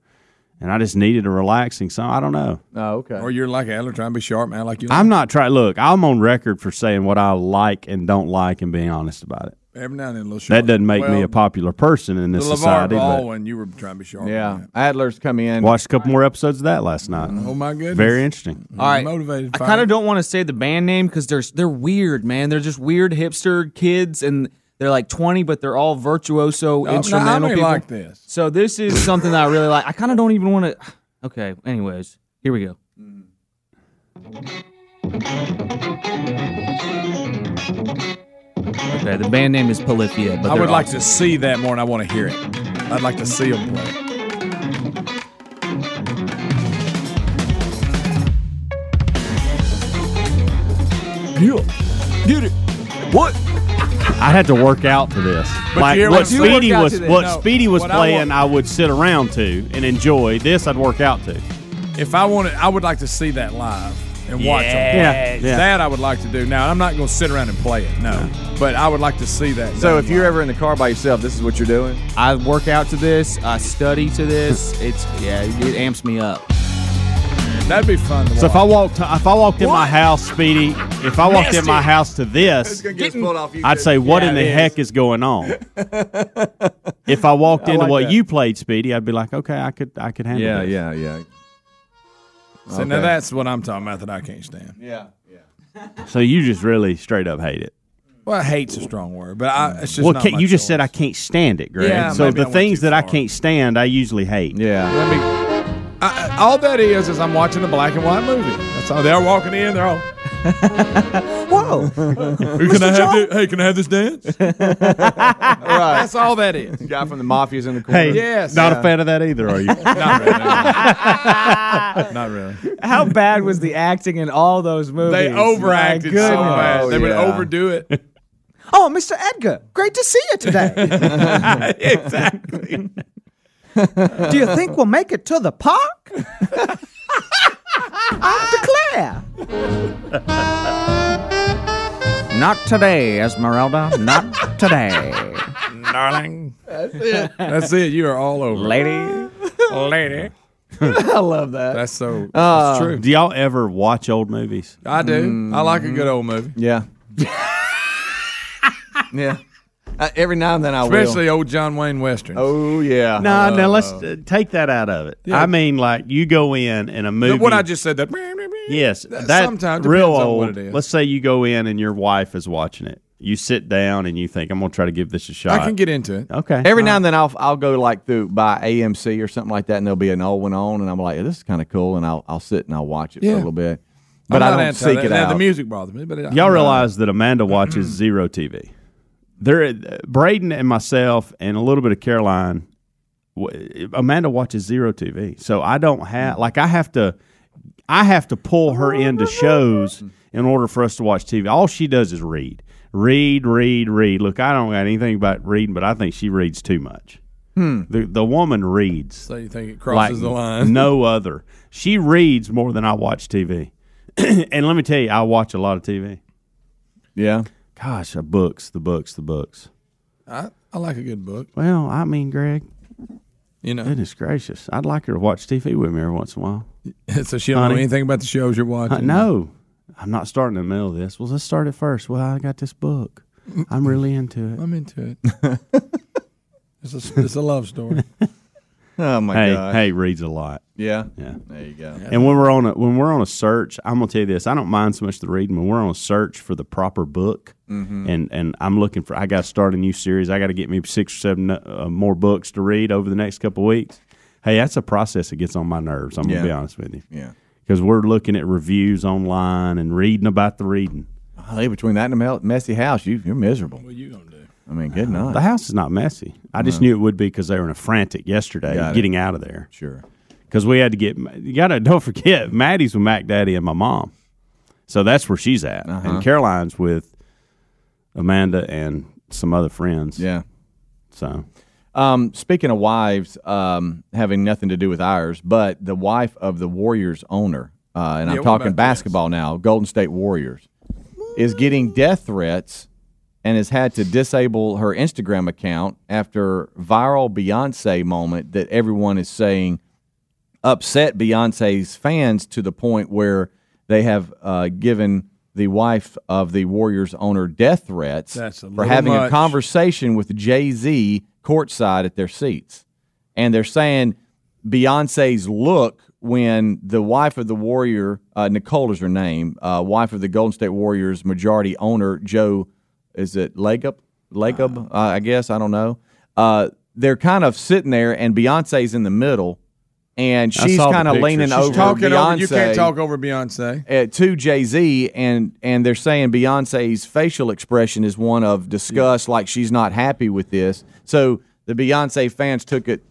Speaker 3: and i just needed a relaxing song i don't know
Speaker 2: Oh, okay.
Speaker 4: Or you're like Adler, trying to be sharp, man. Like you.
Speaker 3: i'm not trying look i'm on record for saying what i like and don't like and being honest about it
Speaker 4: every now and then a little sharp.
Speaker 3: that doesn't make me
Speaker 4: Well,
Speaker 3: a popular person in
Speaker 4: The
Speaker 3: this
Speaker 4: LeVar
Speaker 3: society
Speaker 4: Ball
Speaker 3: but
Speaker 4: when you were trying to be sharp.
Speaker 2: yeah,
Speaker 4: man.
Speaker 2: Adler's come in.
Speaker 3: watched a couple more episodes of that last night
Speaker 4: Oh my goodness.
Speaker 3: Very interesting.
Speaker 4: You're
Speaker 7: All right.
Speaker 4: Motivated.
Speaker 7: I
Speaker 4: fire.
Speaker 7: kind of don't want to say the band name because they're they're weird, man. They're just weird hipster kids, and they're like twenty, but they're all virtuoso
Speaker 4: No, no,
Speaker 7: instrumental
Speaker 4: I may
Speaker 7: people.
Speaker 4: like this.
Speaker 7: So this is something that I really like. I kind of don't even want to. Okay. Anyways, here we go. Okay, the band name is Polyphia, but
Speaker 4: I
Speaker 7: they're
Speaker 4: would like
Speaker 7: awesome.
Speaker 4: to see that more, and I want to hear it. I'd like to see him play. it.
Speaker 3: I had to work out to this. like
Speaker 4: you're
Speaker 3: what
Speaker 4: what you work
Speaker 3: Speedy
Speaker 7: out
Speaker 3: was,
Speaker 7: to this.
Speaker 3: what
Speaker 4: No,
Speaker 3: Speedy was
Speaker 4: what I
Speaker 3: playing,
Speaker 4: want-
Speaker 3: I, would sit around to and enjoy. This I'd work out to.
Speaker 4: If I wanted, I would like to see that live and watch him.
Speaker 3: Yeah, yeah.
Speaker 4: That I would like to do. Now I'm not going to sit around and play it. No, but I would like to see that.
Speaker 2: so
Speaker 4: done
Speaker 2: if you're
Speaker 4: live.
Speaker 2: ever in the car by yourself, this is what you're doing.
Speaker 7: I work out to this. I study to this. It's yeah, it amps me up.
Speaker 4: that'd be fun. To
Speaker 3: So if I
Speaker 4: watch.
Speaker 3: walked, if I walked in my house, Speedy, if I walked in my house to this, I'd say, "What
Speaker 4: Yeah,
Speaker 3: in the
Speaker 4: it is.
Speaker 3: heck is going on?" if I walked into
Speaker 2: like
Speaker 3: what
Speaker 2: that.
Speaker 3: you played, Speedy, I'd be like, "Okay, I could, I could handle
Speaker 2: Yeah,
Speaker 3: this."
Speaker 2: yeah, yeah,
Speaker 4: So now
Speaker 2: Okay.
Speaker 4: that's what I'm talking about that I can't stand.
Speaker 2: yeah.
Speaker 3: So you just really straight up hate it.
Speaker 4: Well, hate's a strong word, but I, it's just
Speaker 3: well,
Speaker 4: not
Speaker 3: can't,
Speaker 4: my
Speaker 3: you just said I
Speaker 4: choice.
Speaker 3: can't stand it, Greg.
Speaker 4: Yeah,
Speaker 3: so
Speaker 4: maybe I
Speaker 3: the
Speaker 4: went
Speaker 3: things
Speaker 4: too
Speaker 3: that I
Speaker 4: far.
Speaker 3: can't stand, I usually hate.
Speaker 2: Yeah.
Speaker 4: Let me. I, I- all that is is I'm watching a black and white movie. That's all. They're walking in. They're all.
Speaker 7: Whoa!
Speaker 4: Can I have this, hey, can I have this dance?
Speaker 2: Right.
Speaker 4: That's all that is.
Speaker 2: Guy from the mafia's in the corner.
Speaker 3: Hey,
Speaker 4: Yes.
Speaker 3: not
Speaker 4: Yeah.
Speaker 3: a fan of that either, are you?
Speaker 4: Not really. not really.
Speaker 7: How bad was the acting in all those movies?
Speaker 4: They overacted
Speaker 7: My
Speaker 4: so
Speaker 7: goodness.
Speaker 4: bad. They would
Speaker 2: yeah.
Speaker 4: overdo it.
Speaker 7: Oh, Mr. Edgar, great to see you today.
Speaker 4: exactly.
Speaker 7: Do you think we'll make it to the park? I declare. Not today, Esmeralda. Not today,
Speaker 4: Darling. That's it. That's it. You are all over.
Speaker 7: lady.
Speaker 4: Lady.
Speaker 2: I love that. Uh,
Speaker 4: That's so
Speaker 9: Uh,
Speaker 4: it's true.
Speaker 3: Do y'all ever watch old movies?
Speaker 4: I do. I like a good old movie.
Speaker 2: Yeah. yeah. Uh, every now and then I
Speaker 4: Especially old John Wayne Western.
Speaker 2: will. Oh yeah.
Speaker 3: No, now let's uh, take that out of it. I mean, like you go in and a movie.
Speaker 4: What I just said that.
Speaker 3: yes,
Speaker 4: that
Speaker 3: that,
Speaker 4: sometimes
Speaker 3: real
Speaker 4: depends on
Speaker 3: old.
Speaker 4: what it is.
Speaker 3: Let's say you go in and your wife is watching it. You sit down and you think, I'm gonna try to give this a shot.
Speaker 4: I can get into it.
Speaker 3: okay.
Speaker 2: Every now and then I'll I'll go like through by AMC or something like that, and there'll be an old one on, and I'm like, this is kind of cool, and I'll I'll sit and I'll watch it for
Speaker 4: Yeah.
Speaker 2: a little bit. but I
Speaker 4: I'm not
Speaker 2: don't
Speaker 4: anti
Speaker 2: seek
Speaker 4: that.
Speaker 2: it
Speaker 4: Now,
Speaker 2: out.
Speaker 4: The music bothers me, but it,
Speaker 3: Y'all
Speaker 4: I'm not-
Speaker 3: realize that Amanda watches zero TV. There, Braden and myself, and a little bit of Caroline. w- Amanda watches zero TV, so I don't
Speaker 4: Mm.
Speaker 3: have like I have to. I have to pull her into shows in order for us to watch TV. All she does is read, read, read, read. Look, I don't got anything about reading, but I think she reads too much.
Speaker 4: Hmm.
Speaker 3: The the woman reads
Speaker 4: So you think it crosses the line?
Speaker 3: no other. She reads more than I watch TV. and let me tell you, I watch a lot of TV.
Speaker 2: yeah.
Speaker 3: Gosh, the books, the books, the books.
Speaker 4: I, I like a good book.
Speaker 3: Well, I mean, Greg,
Speaker 4: You know,
Speaker 3: goodness gracious, I'd like her to watch TV with me every once in a while.
Speaker 4: so she don't know
Speaker 3: Honey.
Speaker 4: anything about the shows you're watching.
Speaker 3: Uh, no, I'm not starting in the middle of this. Well, let's start it first. Well, I got this book. I'm really into it.
Speaker 4: I'm into it. it's, a, it's a love story. Um,
Speaker 2: Oh my
Speaker 3: Hey,
Speaker 2: god.
Speaker 3: hey, reads a lot.
Speaker 2: Yeah.
Speaker 3: Yeah.
Speaker 2: There you go.
Speaker 3: And when we're on a when we're on a search, I'm gonna tell you this. I don't mind so much the reading. When we're on a search for the proper book,
Speaker 2: Mm-hmm.
Speaker 3: and and I'm looking for, I got to start a new series. I got to get me six or seven uh, more books to read over the next couple weeks. Hey, that's a process that gets on my nerves. I'm
Speaker 2: Yeah.
Speaker 3: gonna be honest with you,
Speaker 2: Yeah.
Speaker 3: because we're looking at reviews online and reading about the reading.
Speaker 2: Hey, between that and a mel- messy house, you you're miserable.
Speaker 4: What you gonna do?
Speaker 2: I mean, good night.
Speaker 3: Uh, The house is not messy. I just knew it would be because they were in a frantic yesterday
Speaker 2: Got it.
Speaker 3: getting out of there.
Speaker 2: sure.
Speaker 3: because we had to get you gotta don't forget maddie's with mac daddy and my mom so that's where she's at
Speaker 2: Uh-huh.
Speaker 3: and caroline's with amanda and some other friends
Speaker 2: Yeah.
Speaker 3: so
Speaker 2: Um, speaking of wives, um, having nothing to do with ours, but the wife of the Warriors owner, uh, and
Speaker 4: Yeah,
Speaker 2: I'm
Speaker 4: what
Speaker 2: talking
Speaker 4: about
Speaker 2: basketball now, Golden State Warriors, is getting death threats and has had to disable her Instagram account after viral Beyonce moment that everyone is saying upset Beyonce's fans to the point where they have uh, given the wife of the Warriors owner death threats
Speaker 4: That's a
Speaker 2: for
Speaker 4: little
Speaker 2: having a
Speaker 4: much.
Speaker 2: conversation with Jay Z courtside at their seats. And they're saying Beyonce's look when the wife of the Warrior, uh, Nicole is her name, uh, wife of the Golden State Warriors majority owner, Joe, is it Lagup? Lagup, uh, I guess, I don't know. Uh, they're kind of sitting there, and Beyonce's in the middle, and
Speaker 3: I
Speaker 2: she's
Speaker 3: saw the
Speaker 2: kind of
Speaker 3: picture.
Speaker 2: leaning
Speaker 3: She's
Speaker 2: over
Speaker 4: Talking
Speaker 2: Beyonce
Speaker 4: over, you can't talk over Beyonce.
Speaker 2: uh, to Jay Z, and and they're saying Beyonce's facial expression is one of disgust, like she's not happy with this. So the Beyonce fans took it,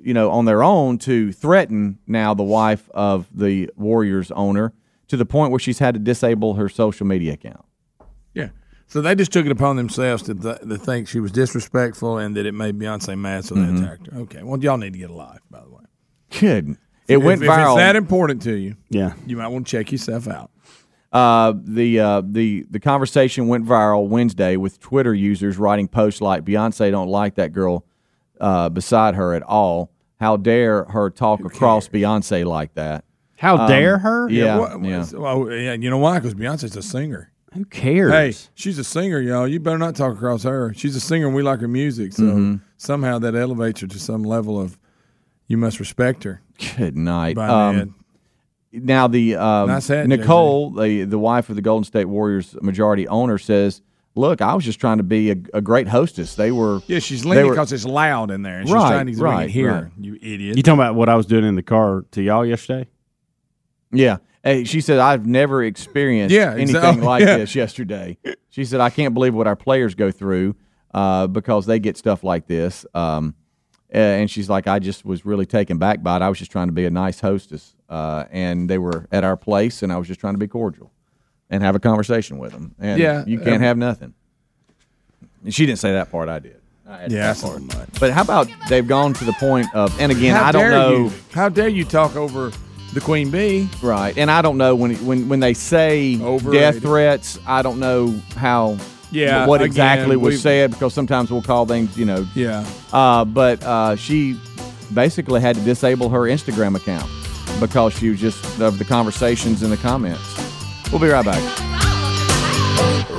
Speaker 2: you know, on their own to threaten now the wife of the Warriors owner to the point where she's had to disable her social media account.
Speaker 4: Yeah. So they just took it upon themselves to, th- to think she was disrespectful and that it made Beyonce mad, so they attacked her. Okay. Well, y'all need to get a life, by the way.
Speaker 2: Good. It
Speaker 4: If-
Speaker 2: went
Speaker 4: if,
Speaker 2: viral.
Speaker 4: it's that important to you,
Speaker 3: yeah
Speaker 4: you might want to check yourself out.
Speaker 2: Uh, the uh, the the conversation went viral Wednesday with Twitter users writing posts like Beyonce don't like that girl uh, beside her at all. How dare her talk across Beyonce like that?
Speaker 3: how dare her
Speaker 2: Um, Yeah,
Speaker 4: What- what-
Speaker 2: yeah.
Speaker 4: well, yeah, you know why? Because Beyonce's a singer.
Speaker 3: who cares
Speaker 4: Hey, she's a singer, y'all. You better not talk across her. She's a singer, and we like her music. So
Speaker 2: Mm-hmm.
Speaker 4: somehow that elevates her to some level of you must respect her.
Speaker 2: Good night.
Speaker 4: By
Speaker 2: Um,
Speaker 4: man.
Speaker 2: now the um,
Speaker 4: Nice hat,
Speaker 2: Nicole, the the wife of the Golden State Warriors majority owner, says, "Look, I was just trying to be a, a great hostess. They were
Speaker 4: Yeah, she's
Speaker 2: they
Speaker 4: leaning
Speaker 2: were-
Speaker 4: because it's loud in there, and she's
Speaker 2: Right,
Speaker 4: trying to so we can
Speaker 2: right,
Speaker 4: hear
Speaker 2: right.
Speaker 4: you, idiot.
Speaker 3: you talking about what i was doing in the car to y'all yesterday
Speaker 2: Yeah. Hey, she said, I've never experienced
Speaker 4: Yeah,
Speaker 2: anything
Speaker 4: exactly.
Speaker 2: like
Speaker 4: Yeah.
Speaker 2: this yesterday. She said, I can't believe what our players go through uh, because they get stuff like this. Um, a- and she's like, I just was really taken back by it. I was just trying to be a nice hostess. Uh, and they were at our place, and I was just trying to be cordial and have a conversation with them. And
Speaker 4: Yeah,
Speaker 2: you can't
Speaker 4: um,
Speaker 2: have nothing. And she didn't say that part. I did. I added
Speaker 4: Yeah,
Speaker 2: that
Speaker 4: that's
Speaker 2: part. But how about they've gone to the point of, and again, I don't
Speaker 4: dare
Speaker 2: know.
Speaker 4: You, how dare you talk over the Queen Bee?
Speaker 2: Right, and I don't know when when when they say
Speaker 4: Overrated.
Speaker 2: death threats. I don't know how.
Speaker 4: Yeah,
Speaker 2: what
Speaker 4: again,
Speaker 2: exactly was
Speaker 4: we've-
Speaker 2: said because sometimes we'll call things, you know.
Speaker 4: Yeah.
Speaker 2: Uh, but uh, she basically had to disable her Instagram account because she was just of the conversations in the comments. We'll be right back.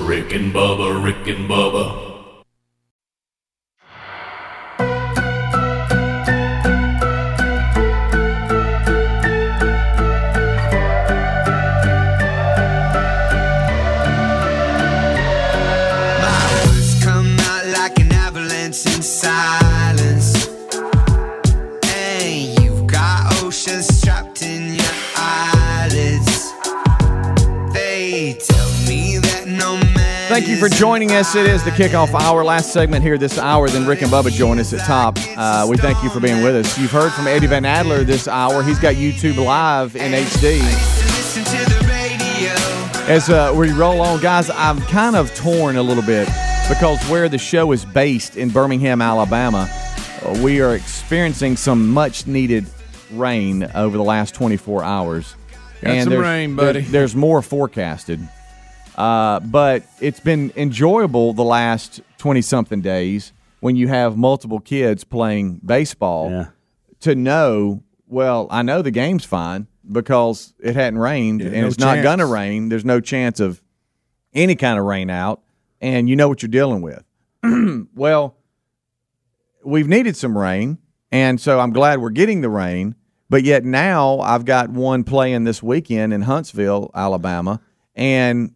Speaker 5: Rick and Bubba, Rick and Bubba.
Speaker 10: Words come out like an avalanche in silence. And you've got oceans trapped in your eyelids.
Speaker 2: Thank you for joining us. It is the kickoff hour, last segment here this hour. Then Rick and Bubba join us at top. Uh, we thank you for being with us. You've heard from Eddie Van Adler this hour. He's got YouTube live in HD.
Speaker 10: Listen to the radio.
Speaker 2: As uh, we roll on, guys, I'm kind of torn a little bit because where the show is based in Birmingham, Alabama, uh, we are experiencing some much needed rain over the last 24 hours.
Speaker 4: Got some
Speaker 2: there's-
Speaker 4: rain,
Speaker 2: there-
Speaker 4: buddy.
Speaker 2: there's more forecasted. Uh, but it's been enjoyable the last 20 something days when you have multiple kids playing baseball
Speaker 3: Yeah.
Speaker 2: to know, well, I know the game's fine because it hadn't rained and
Speaker 4: no
Speaker 2: it's not
Speaker 4: chance.
Speaker 2: going to rain. There's no chance of any kind of rain out, and you know what you're dealing with. well, we've needed some rain, and so I'm glad we're getting the rain. But yet now I've got one playing this weekend in Huntsville, Alabama, and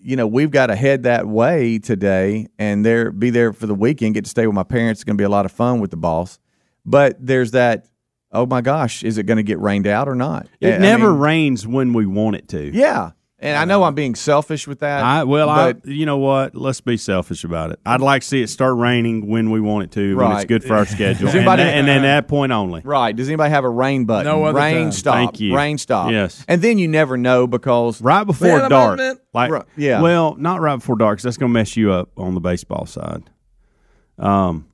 Speaker 2: you know we've got to head that way today and there be there for the weekend. Get to stay with my parents. It's going to be a lot of fun with the boss. But there's that. Oh my gosh, is it going to get rained out or not?
Speaker 3: It
Speaker 2: I
Speaker 3: never
Speaker 2: mean,
Speaker 3: rains when we want it to.
Speaker 2: yeah, and I know I'm being selfish with that.
Speaker 3: Uh, I well,
Speaker 2: but-
Speaker 3: I you know what? Let's be selfish about it. I'd like to see it start raining when we want it to, when it's
Speaker 2: Right.
Speaker 3: good for our schedule, and,
Speaker 2: anybody-
Speaker 3: that- and then that point only.
Speaker 2: Right. Does anybody have a rain button?
Speaker 4: No other
Speaker 2: rain
Speaker 4: time.
Speaker 2: stop.
Speaker 3: Thank you.
Speaker 2: Rain stop.
Speaker 3: Yes.
Speaker 2: And then you never know because
Speaker 3: Right before
Speaker 4: Man, I'm
Speaker 3: dark,
Speaker 4: admit-
Speaker 3: like
Speaker 2: Ri- yeah.
Speaker 3: Well, not right before dark. 'cause that's gonna mess you up on the baseball side. Um,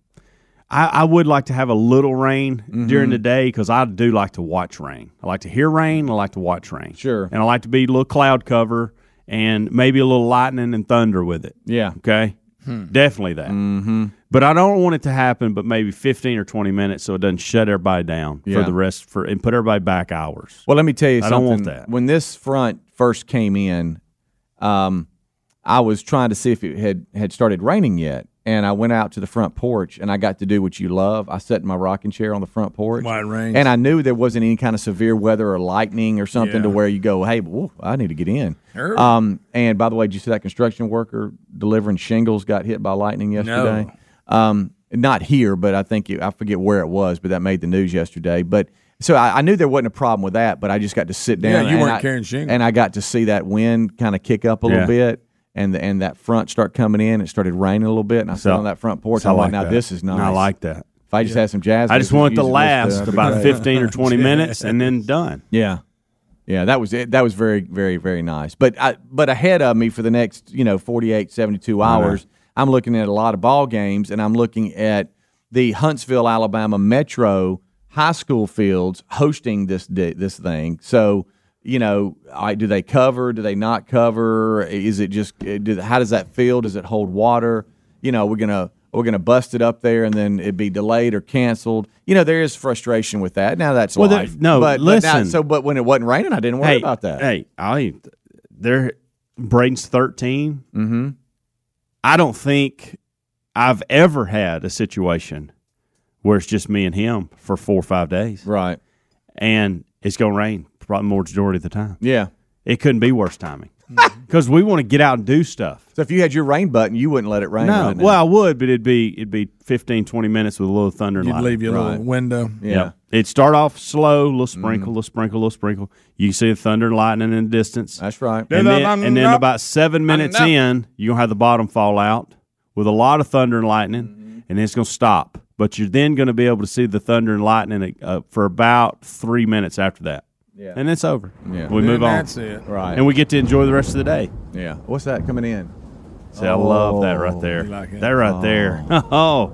Speaker 3: I, I would like to have a little rain
Speaker 2: Mm-hmm.
Speaker 3: during the day because I do like to watch rain. I like to hear rain. I like to watch rain.
Speaker 2: Sure.
Speaker 3: And I like to be a little cloud cover and maybe a little lightning and thunder with it.
Speaker 2: Yeah.
Speaker 3: Okay.
Speaker 2: Hmm.
Speaker 3: Definitely that. Mm-hmm. But I don't want it to happen. But maybe fifteen or twenty minutes, so it doesn't shut everybody down
Speaker 2: Yeah.
Speaker 3: for the rest for and put everybody back hours.
Speaker 2: Well, let me tell you
Speaker 3: I
Speaker 2: something.
Speaker 3: don't want that.
Speaker 2: When this front first came in, um, I was trying to see if it had had started raining yet, and I went out to the front porch, and I got to do what you love. I sat in my rocking chair on the front porch.
Speaker 4: While it rains.
Speaker 2: And I knew there wasn't any kind of severe weather or lightning or something to
Speaker 4: Yeah.
Speaker 2: where you go, hey, whoa, I need to get in.
Speaker 4: Sure.
Speaker 2: Um, and by the way, did you see that construction worker delivering shingles got hit by lightning yesterday? Um, not here, but I think it, I forget where it was, but that made the news yesterday. But so I, I knew there wasn't a problem with that, but I just got to sit down.
Speaker 4: Yeah, you
Speaker 2: and
Speaker 4: weren't
Speaker 2: I-
Speaker 4: carrying shingles.
Speaker 2: And I got to see that wind kind of kick up a little
Speaker 3: Yeah.
Speaker 2: bit. And, the, and that front start coming in. It started raining a little bit, and I sat
Speaker 3: So-
Speaker 2: on that front porch.
Speaker 3: So
Speaker 2: I'm like,
Speaker 3: that.
Speaker 2: now this is nice.
Speaker 3: I like that.
Speaker 2: If I just had some jazz,
Speaker 3: I just
Speaker 2: music,
Speaker 3: want it to
Speaker 2: use this
Speaker 3: last
Speaker 2: that'd be
Speaker 3: about
Speaker 2: great.
Speaker 3: 15 or 20 minutes and then done.
Speaker 2: Yeah. Yeah, that was it. That was very, very, very nice. But I, but ahead of me for the next, you know, 48, 72 hours, I'm looking at a lot of ball games and I'm looking at the Huntsville, Alabama Metro high school fields hosting this di- this thing. So, you know, I, do they cover? Do they not cover? Is it just uh, do, how does that feel? Does it hold water? You know, we're going to we're going to bust it up there and then it'd be delayed or canceled. You know, there is frustration with that. Now that's
Speaker 3: Well, there-
Speaker 2: life.
Speaker 3: no,
Speaker 2: but, but now-
Speaker 3: listen.
Speaker 2: so but when it wasn't raining, I didn't worry
Speaker 3: hey,
Speaker 2: about that.
Speaker 3: Hey, I there Braden's 13. Mm-hmm. I don't think I've ever had a situation where it's just me and him for four or five days
Speaker 2: Right.
Speaker 3: and it's going to rain probably more majority of the time.
Speaker 2: Yeah.
Speaker 3: It couldn't be worse timing because we want to get out and do stuff.
Speaker 2: So if you had your rain button, you wouldn't let it rain.
Speaker 3: No,
Speaker 2: right now.
Speaker 3: well, I would, but it'd be it'd be 15, 20 minutes with a little thunder and
Speaker 4: You'd
Speaker 3: lightning.
Speaker 4: leave your
Speaker 2: Right.
Speaker 4: little window.
Speaker 2: yeah. Mm-hmm.
Speaker 3: Yep. It start off slow, little sprinkle, little sprinkle, little sprinkle. You can see the thunder and lightning in the distance.
Speaker 2: That's right.
Speaker 3: and,
Speaker 4: Yeah,
Speaker 3: then,
Speaker 4: I'm
Speaker 3: and then
Speaker 4: not-
Speaker 3: about seven minutes
Speaker 4: not-
Speaker 3: in, you're going to have the bottom fall out with a lot of thunder and lightning,
Speaker 2: Mm-hmm.
Speaker 3: and then it's going to stop. But you're then going to be able to see the thunder and lightning uh, for about three minutes after that.
Speaker 2: Yeah.
Speaker 3: And it's over.
Speaker 2: Yeah.
Speaker 3: We
Speaker 4: Then
Speaker 3: move on.
Speaker 4: That's it.
Speaker 2: Right.
Speaker 3: And we get to enjoy the rest of the day.
Speaker 2: yeah. What's that coming in? Oh,
Speaker 3: See, I love that right there.
Speaker 4: You like it?
Speaker 3: that right there. Oh,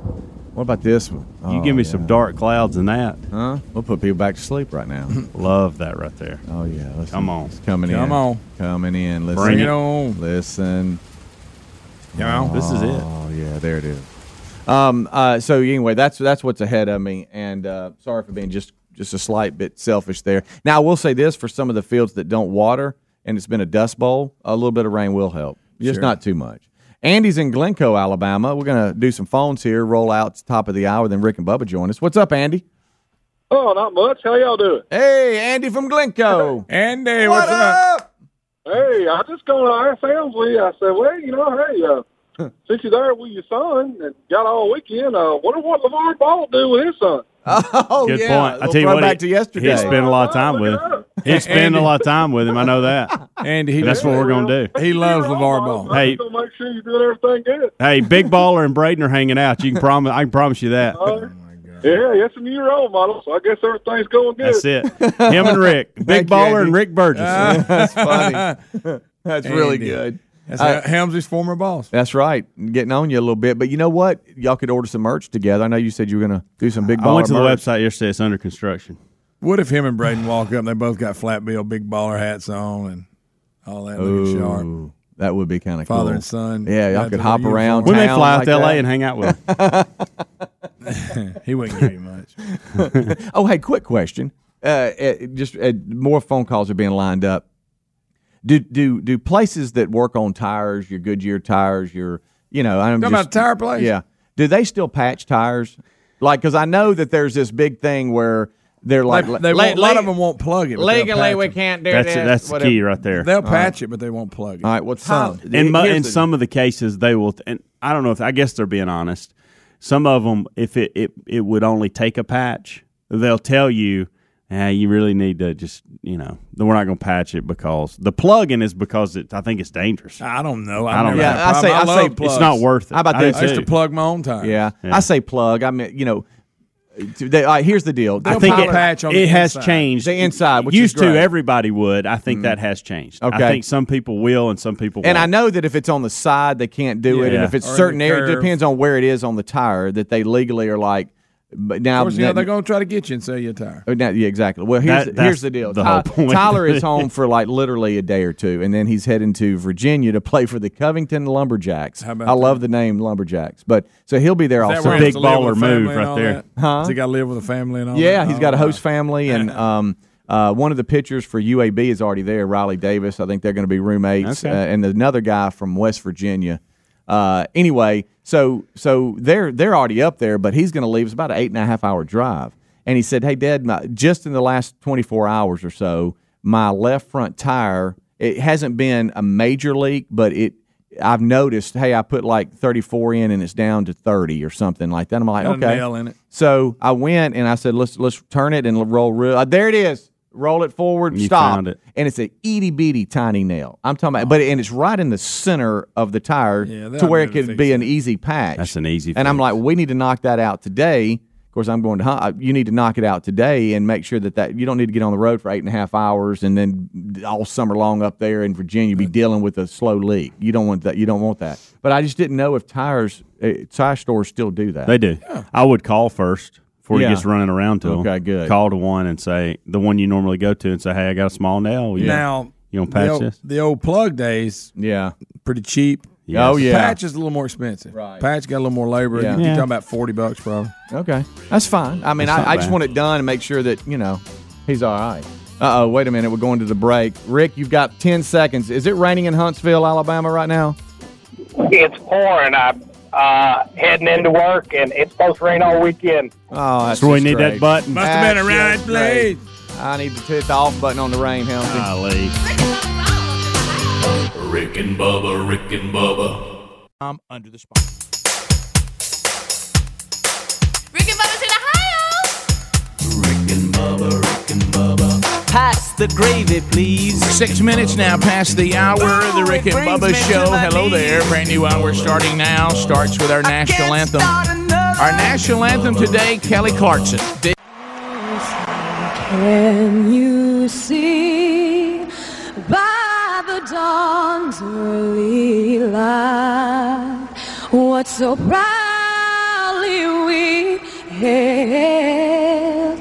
Speaker 2: What about this one?
Speaker 3: you
Speaker 2: Oh,
Speaker 3: give me
Speaker 2: yeah.
Speaker 3: some dark clouds in that.
Speaker 2: Huh? We'll put people back to sleep right now.
Speaker 3: Love that right there.
Speaker 2: oh yeah. Listen.
Speaker 3: Come on.
Speaker 2: It's coming in.
Speaker 4: Come on.
Speaker 2: Coming in. Listen.
Speaker 3: Bring
Speaker 4: Bring it on.
Speaker 2: Listen.
Speaker 4: You know?
Speaker 3: This is it.
Speaker 2: Oh yeah, there it is. Um. Uh. So anyway, that's that's what's ahead of me, and uh, sorry for being just just a slight bit selfish there. Now I will say this for some of the fields that don't water, and it's been a dust bowl. A little bit of rain will help, just not too much. Andy's in Glencoe, Alabama. We're gonna do some phones here, roll out to top of the hour, then Rick and Bubba join us. What's up, Andy?
Speaker 11: Oh, not much. How y'all doing?
Speaker 2: Hey, Andy from Glencoe.
Speaker 4: Andy,
Speaker 2: what
Speaker 4: what's up?
Speaker 2: up?
Speaker 11: Hey, I just go to our family. I said, well, you know, hey, uh, since you're there with your son and got all weekend, uh, wonder what LeVar Ball do with his son.
Speaker 2: Oh
Speaker 3: Good
Speaker 2: yeah,
Speaker 3: point. I
Speaker 2: We'll
Speaker 3: tell you
Speaker 2: throw
Speaker 3: what,
Speaker 2: back
Speaker 3: he-
Speaker 2: to yesterday. Oh,
Speaker 3: He spent a lot of time with him. He spent a lot of time with him. I know that.
Speaker 4: And he
Speaker 3: That's what we're gonna do.
Speaker 4: He loves LeVar Ball.
Speaker 3: Hey,
Speaker 11: So make sure you're doing everything good.
Speaker 3: hey, Big Baller and Braden are hanging out. You can promise. I can promise you
Speaker 2: Oh,
Speaker 3: that.
Speaker 11: Yeah, that's a new role model, so I guess everything's going good.
Speaker 3: That's it. Him and Rick, Big
Speaker 11: Thank you,
Speaker 3: Baller
Speaker 11: Andy.
Speaker 3: and Rick Burgess.
Speaker 2: That's funny. That's really
Speaker 4: Andy.
Speaker 2: good.
Speaker 4: That's
Speaker 2: Uh,
Speaker 4: Helmsley's former boss.
Speaker 2: That's right. Getting on you a little bit. But you know what? Y'all could order some merch together. I know you said you were going to do some big
Speaker 3: I
Speaker 2: ball.
Speaker 3: went to the
Speaker 2: merch.
Speaker 3: website yesterday. It's under construction.
Speaker 4: What if him and Braden walk up? and They both got flat bill, big baller hats on, and all that looking sharp.
Speaker 2: Ooh, that would be kind of cool.
Speaker 4: Father and son.
Speaker 2: Yeah, y'all
Speaker 4: Got
Speaker 2: could
Speaker 4: the
Speaker 2: hop
Speaker 4: uniform.
Speaker 2: around.
Speaker 3: We may
Speaker 2: town
Speaker 3: fly out
Speaker 2: like
Speaker 3: to LA
Speaker 2: that.
Speaker 3: and hang out with
Speaker 4: he wouldn't give you much.
Speaker 2: oh, hey, quick question. Uh, it- just uh, more phone calls are being lined up. Do do do places that work on tires, your Goodyear tires, your you know, I'm
Speaker 4: Talking
Speaker 2: just,
Speaker 4: about tire place?
Speaker 2: Yeah, do they still patch tires? Like, because I know that there's this big thing where they're like,
Speaker 4: They- they won't- a lot of them won't plug it. but they'll patch it.
Speaker 2: can't do
Speaker 3: That's that's the key right there.
Speaker 4: They'll patch it, but they won't plug it.
Speaker 2: All right, what's well, Tom,
Speaker 3: in, mo-
Speaker 2: here's
Speaker 3: in
Speaker 2: the-
Speaker 3: some of the cases they will and i don't know if i guess they're being honest some of them if it it, it would only take a patch they'll tell you eh, you really need to just you know we're not going to patch it because the plug-in is because it i think it's dangerous
Speaker 4: I don't know.
Speaker 3: I don't
Speaker 4: never
Speaker 3: know.
Speaker 4: had
Speaker 2: Yeah,
Speaker 4: a
Speaker 2: I
Speaker 4: problem.
Speaker 2: say- I
Speaker 4: love
Speaker 2: say
Speaker 4: plugs.
Speaker 3: it's not worth it
Speaker 2: How about
Speaker 3: I do
Speaker 2: this?
Speaker 4: I used to
Speaker 3: too.
Speaker 4: plug my own tires.
Speaker 2: Yeah.
Speaker 3: Yeah.
Speaker 2: I say plug. I mean, you know, they, all right, here's the deal.
Speaker 3: I think it,
Speaker 4: They'll patch on
Speaker 3: it
Speaker 4: the
Speaker 3: has
Speaker 4: inside.
Speaker 3: changed.
Speaker 2: The inside, which is
Speaker 3: used
Speaker 2: great. Mm.
Speaker 3: to everybody would. I think that has changed.
Speaker 2: Okay.
Speaker 3: I think some people will and some people
Speaker 2: And I
Speaker 3: won't.
Speaker 2: know that if it's on the side, they can't do it. And
Speaker 3: Yeah.
Speaker 2: if it's
Speaker 4: Or in
Speaker 2: certain
Speaker 4: the
Speaker 2: area, it
Speaker 4: curve.
Speaker 2: depends on where it is on the tire that they legally are like. But now,
Speaker 4: Of course, you know,
Speaker 2: that-
Speaker 4: they're going to try to get you and sell you a tire.
Speaker 2: Oh, now- yeah, exactly. Well, here's
Speaker 3: That-
Speaker 2: the, here's
Speaker 3: that's
Speaker 2: the deal.
Speaker 3: the
Speaker 2: Ty-
Speaker 3: whole point.
Speaker 2: Tyler is home for like literally a day or two, and then he's heading to Virginia to play for the Covington Lumberjacks.
Speaker 4: How about
Speaker 2: I love the name Lumberjacks, but so he'll be there all
Speaker 4: Is that where
Speaker 2: summer.
Speaker 4: he
Speaker 3: big
Speaker 4: has to live with
Speaker 3: baller
Speaker 4: a family
Speaker 3: move
Speaker 4: and
Speaker 3: right
Speaker 4: all
Speaker 3: there.
Speaker 4: that? Has he got to live with a family and all
Speaker 2: Yeah,
Speaker 4: that?
Speaker 2: he's
Speaker 4: Oh,
Speaker 2: got a host
Speaker 4: wow.
Speaker 2: family, and um, uh, one of the pitchers for UAB is already there. Riley Davis, I think they're going to be roommates,
Speaker 3: Okay.
Speaker 2: uh, and another guy from West Virginia. Uh, anyway, so so they're they're already up there, but he's going to leave. It's about an eight and a half hour drive, and he said, "Hey, Dad, my, just in the last twenty four hours or so, my left front tire it hasn't been a major leak, but it." I've noticed, hey, I put like 34 in and it's down to 30 or something like that. I'm like,
Speaker 4: Got a
Speaker 2: okay.
Speaker 4: nail in it.
Speaker 2: So I went and I said, let's let's turn it and roll real. uh, there it is. Roll it forward.
Speaker 3: You
Speaker 2: stop.
Speaker 3: found it.
Speaker 2: And it's a itty bitty tiny nail. I'm talking about, but and it's right in the center of the tire
Speaker 4: Yeah,
Speaker 2: to where it
Speaker 4: that'll be
Speaker 2: could
Speaker 4: fixed
Speaker 2: be an easy patch.
Speaker 3: That's an easy
Speaker 2: And I'm
Speaker 3: fix.
Speaker 2: like, we need to knock that out today. Of course, I'm going to. hunt. You need to knock it out today and make sure that that you don't need to get on the road for eight and a half hours and then all summer long up there in Virginia be dealing with a slow leak. You don't want that. You don't want that. But I just didn't know if tires, uh, tire stores still do that.
Speaker 3: They do. I would call first before
Speaker 2: Yeah.
Speaker 3: he gets running around to 'em.
Speaker 2: Okay, good.
Speaker 3: Call to one and say the one you normally go to and say, "Hey, I got a small nail. You,
Speaker 4: Now,
Speaker 3: you gonna
Speaker 4: the
Speaker 3: patch
Speaker 4: old,
Speaker 3: this?"
Speaker 4: the old plug days,
Speaker 2: yeah.
Speaker 4: pretty cheap.
Speaker 3: Yes.
Speaker 2: Oh yeah.
Speaker 4: Patch is a little more expensive.
Speaker 2: Right.
Speaker 4: Patch got a little more labor.
Speaker 2: Yeah.
Speaker 4: You're
Speaker 3: Yeah.
Speaker 4: talking about 40 bucks, probably.
Speaker 2: Okay, that's fine. I mean,
Speaker 3: That's
Speaker 2: I,
Speaker 3: not
Speaker 2: I just
Speaker 3: bad.
Speaker 2: want it done and make sure that you know he's all right. Uh oh, wait a minute. We're going to the break. Rick, you've got ten seconds. Is it raining in Huntsville, Alabama, right now?
Speaker 12: It's pouring. I'm uh, heading into work, and it's supposed to rain all weekend.
Speaker 2: Oh, that's
Speaker 3: That's where we
Speaker 2: just
Speaker 3: need
Speaker 2: great.
Speaker 3: that button.
Speaker 4: Must have been a
Speaker 2: That's
Speaker 4: right
Speaker 2: just
Speaker 4: place.
Speaker 2: great. I need to hit the off button on the rain, Helmsy.
Speaker 3: Golly.
Speaker 5: Rick and Bubba, Rick and Bubba.
Speaker 13: I'm under the spot.
Speaker 14: Rick and Bubba's in Ohio.
Speaker 13: Pass the gravy, please. Oh, Six minutes now past the hour of the Rick and Bubba show. Hello there. Brand new hour starting now. Starts with our national anthem. Our national anthem today, Kelly Clarkson. Did-
Speaker 15: Can you see by the dawn's early light what so proudly we hailed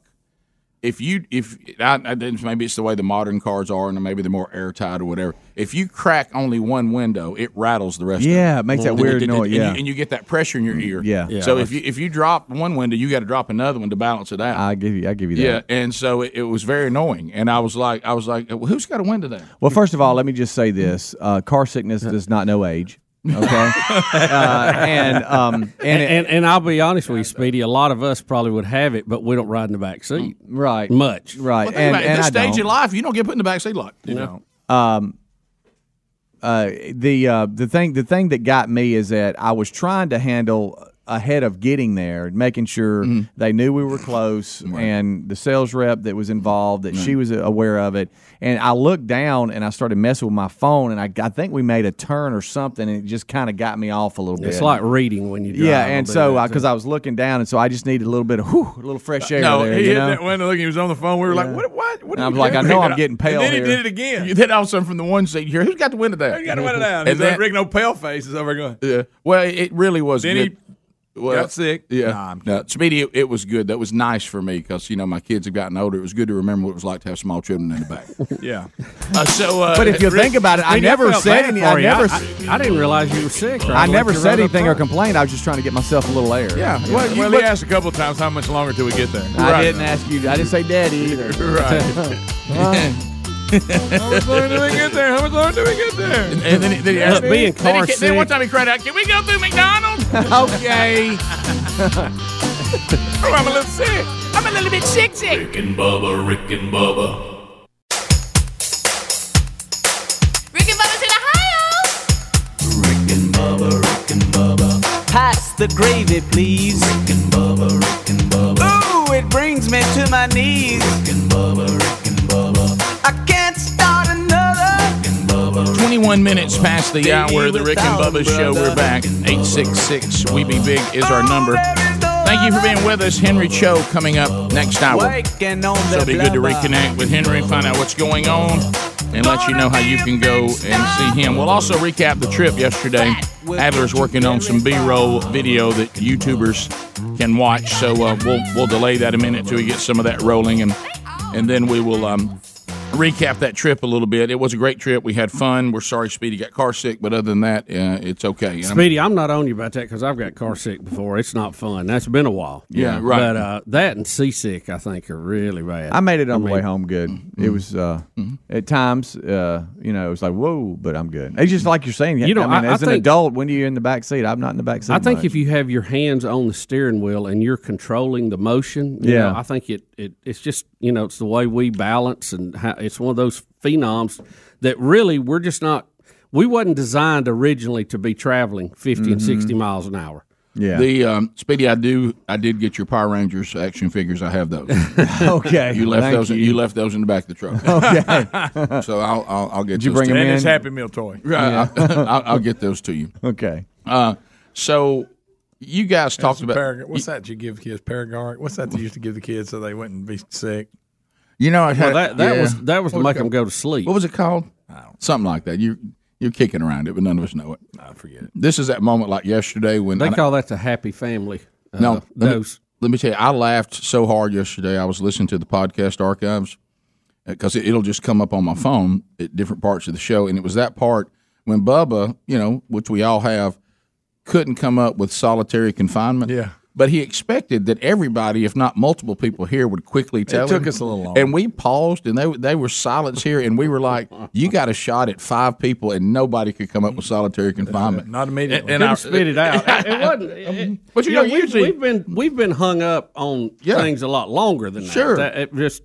Speaker 16: if you if I, I didn't- maybe it's the way the modern cars are, and maybe they're more airtight or whatever. If you crack only one window, it rattles the rest. of
Speaker 2: Yeah,
Speaker 16: them.
Speaker 2: it makes that
Speaker 16: And-
Speaker 2: weird
Speaker 16: and-
Speaker 2: noise,
Speaker 16: And, you-
Speaker 2: yeah.
Speaker 16: and you get that pressure in your ear.
Speaker 2: yeah.
Speaker 16: So if you if you drop one window, you got to drop another one to balance it out.
Speaker 2: I give you, I give you that.
Speaker 16: yeah, and so it, it was very annoying, and I was like, I was like, well, who's got a window there?
Speaker 2: Well, first of all, let me just say this: uh, car sickness does not know age. Okay, uh, and um,
Speaker 17: And,
Speaker 2: and, it,
Speaker 17: and and I'll be honest with you, Speedy. A lot of us probably would have it, but we don't ride in the back seat,
Speaker 2: Mm, right?
Speaker 17: Much,
Speaker 2: right?
Speaker 16: Well, think about it. At this stage of life, you don't get put in the backseat lot. You
Speaker 17: No.
Speaker 16: know.
Speaker 2: um, uh, the uh, the thing the thing that got me is that I was trying to handle ahead of getting there, making sure
Speaker 17: Mm-hmm.
Speaker 2: they knew we were close, and the sales rep that was involved that she was aware of it. And I looked down and I started messing with my phone, and I, I think we made a turn or something, and it just kind of got me off a little bit.
Speaker 17: It's like reading when you drive.
Speaker 2: yeah,
Speaker 17: I'll
Speaker 2: and
Speaker 17: do
Speaker 2: so
Speaker 17: that,
Speaker 2: because I was looking down, and so I just needed a little bit of whew, a little fresh air
Speaker 4: no,
Speaker 2: there.
Speaker 4: he
Speaker 2: you
Speaker 4: hit
Speaker 2: know?
Speaker 4: that window. Look, he was on the phone. We were like, what? What? what
Speaker 2: And
Speaker 4: are
Speaker 2: I'm
Speaker 4: you
Speaker 2: like, I
Speaker 4: doing?
Speaker 2: know I'm
Speaker 4: And
Speaker 2: getting pale
Speaker 4: And then he
Speaker 2: here.
Speaker 4: did it again.
Speaker 16: You- Then all of a sudden, from the one seat, you hear who's got the window down?
Speaker 4: Who got a window down?
Speaker 16: And
Speaker 4: He's
Speaker 16: then-
Speaker 4: like, Rick, no pale face is over going.
Speaker 16: Yeah. Well, it really was.
Speaker 4: Then
Speaker 16: good. well,
Speaker 4: got sick.
Speaker 16: Yeah.
Speaker 4: Nah, I'm
Speaker 16: no, Speedy, it, it was good. That was nice for me because you know my kids have gotten older. It was good to remember what it was like to have small children in the back.
Speaker 4: Yeah.
Speaker 16: Uh, so, uh,
Speaker 2: But if you think about it, I never said any. I never. s-
Speaker 17: I, I didn't realize you were sick.
Speaker 4: Oh,
Speaker 2: I never said anything or complained. I was just trying to get myself a little air.
Speaker 4: Yeah.
Speaker 2: You
Speaker 4: Well,
Speaker 2: know?
Speaker 4: you
Speaker 2: Well,
Speaker 4: well he asked a couple of times how much longer till we get there.
Speaker 2: I didn't ask you. I didn't say daddy either.
Speaker 4: Right. How much longer do we get there? How much longer do we get there?
Speaker 16: And, and then, he- then he
Speaker 17: Look,
Speaker 16: asked me.
Speaker 17: being
Speaker 16: then,
Speaker 17: car
Speaker 16: he, ca- then one
Speaker 17: sick-
Speaker 16: time he cried out, "Can we go through McDonald's?"
Speaker 2: okay.
Speaker 16: Oh, I'm a little sick.
Speaker 18: I'm a little bit sick sick.
Speaker 5: Rick and Bubba, Rick and Bubba.
Speaker 18: Rick and Bubba's in Ohio.
Speaker 13: Pass the gravy, please. Rick and Bubba, Rick and Bubba. Ooh, it brings me to my knees. Rick and Bubba, Rick and Bubba. I can't start another.
Speaker 16: 21 minutes past the hour of the Rick and Bubba show. We're back. 866 We Be Big is our number. Thank you for being with us. Henry Cho coming up next hour.
Speaker 13: Waking on
Speaker 16: So
Speaker 13: the
Speaker 16: it'll be good to
Speaker 13: blubber.
Speaker 16: reconnect with Henry, find out what's going on, and let you know how you can go and see him. We'll also recap the trip yesterday. Adler's working on some B-roll video that YouTubers can watch, so uh, we'll we'll delay that a minute till we get some of that rolling, and and then we will um, recap that trip a little bit. It was a great trip. We had fun. We're sorry Speedy got car sick, but other than that, uh, it's okay. And I'm-
Speaker 17: Speedy, I'm not on you about that because I've got car sick before. It's not fun. That's been a while.
Speaker 16: Yeah, right.
Speaker 17: But uh, that and seasick, I think, are really bad.
Speaker 2: I made it on the
Speaker 17: mean-
Speaker 2: way home good. It was uh, at times, uh, you know, it was like whoa, but I'm good. It's just like you're saying.
Speaker 17: You know,
Speaker 2: I mean,
Speaker 17: I- I
Speaker 2: as an
Speaker 17: think-
Speaker 2: adult, when you're in the back seat, I'm not in the back seat.
Speaker 17: I think
Speaker 2: much.
Speaker 17: if you have your hands on the steering wheel and you're controlling the motion, you
Speaker 2: Yeah.
Speaker 17: know, I think it, it it's just you know it's the way we balance and how, it's one of those phenoms that really we're just not we wasn't designed originally to be traveling 50 and
Speaker 2: Mm-hmm.
Speaker 16: Mhm.
Speaker 17: sixty miles an hour.
Speaker 16: The um, Speedy, I do. I did get your Power Rangers action figures. I have those.
Speaker 2: okay.
Speaker 16: You left
Speaker 2: Thank
Speaker 16: those. You.
Speaker 2: you.
Speaker 16: left those in the back of the truck.
Speaker 2: Okay.
Speaker 16: so I'll I'll, I'll get.
Speaker 2: Did you
Speaker 16: those
Speaker 2: bring
Speaker 16: to
Speaker 2: them And his in?
Speaker 4: Happy Meal toy.
Speaker 16: Right.
Speaker 4: Yeah.
Speaker 16: I, I'll, I'll get those to you.
Speaker 2: Okay.
Speaker 16: Uh, so you guys talked about.
Speaker 4: Parag- what's that you give kids? Paragard. What's that they used to give the kids so they wouldn't be sick?
Speaker 16: You know, it
Speaker 4: Well,
Speaker 16: had-
Speaker 4: that- that was-
Speaker 17: that was to
Speaker 16: What
Speaker 17: make
Speaker 16: it
Speaker 17: 'em go to sleep.
Speaker 16: What was it called? Something like that. You You're kicking around it, but none of us know it. I forget it. This is that moment like yesterday when
Speaker 17: They
Speaker 16: and I-
Speaker 17: call that the happy family. uh,
Speaker 16: no, let me,
Speaker 17: dose.
Speaker 16: let me tell you, I laughed so hard yesterday. I was listening to the podcast archives because it, it'll just come up on my phone at different parts of the show, and it was that part when Bubba, you know, which we all have, couldn't come up with solitary confinement. Yeah. But he expected that everybody, if not multiple people here, would quickly tell
Speaker 4: took
Speaker 16: him.
Speaker 4: us a little longer.
Speaker 16: And we paused, and they they were silence here, and we were like, "You got a shot at five people, and nobody could come up with solitary confinement."
Speaker 4: Not immediately.
Speaker 16: And, and I
Speaker 17: spit it out. It- it wasn't. it-
Speaker 16: But you know,
Speaker 17: we've-
Speaker 16: usually-
Speaker 17: we've been we've been hung up on
Speaker 16: Yeah.
Speaker 17: things a lot longer than that.
Speaker 16: Sure.
Speaker 17: that, it just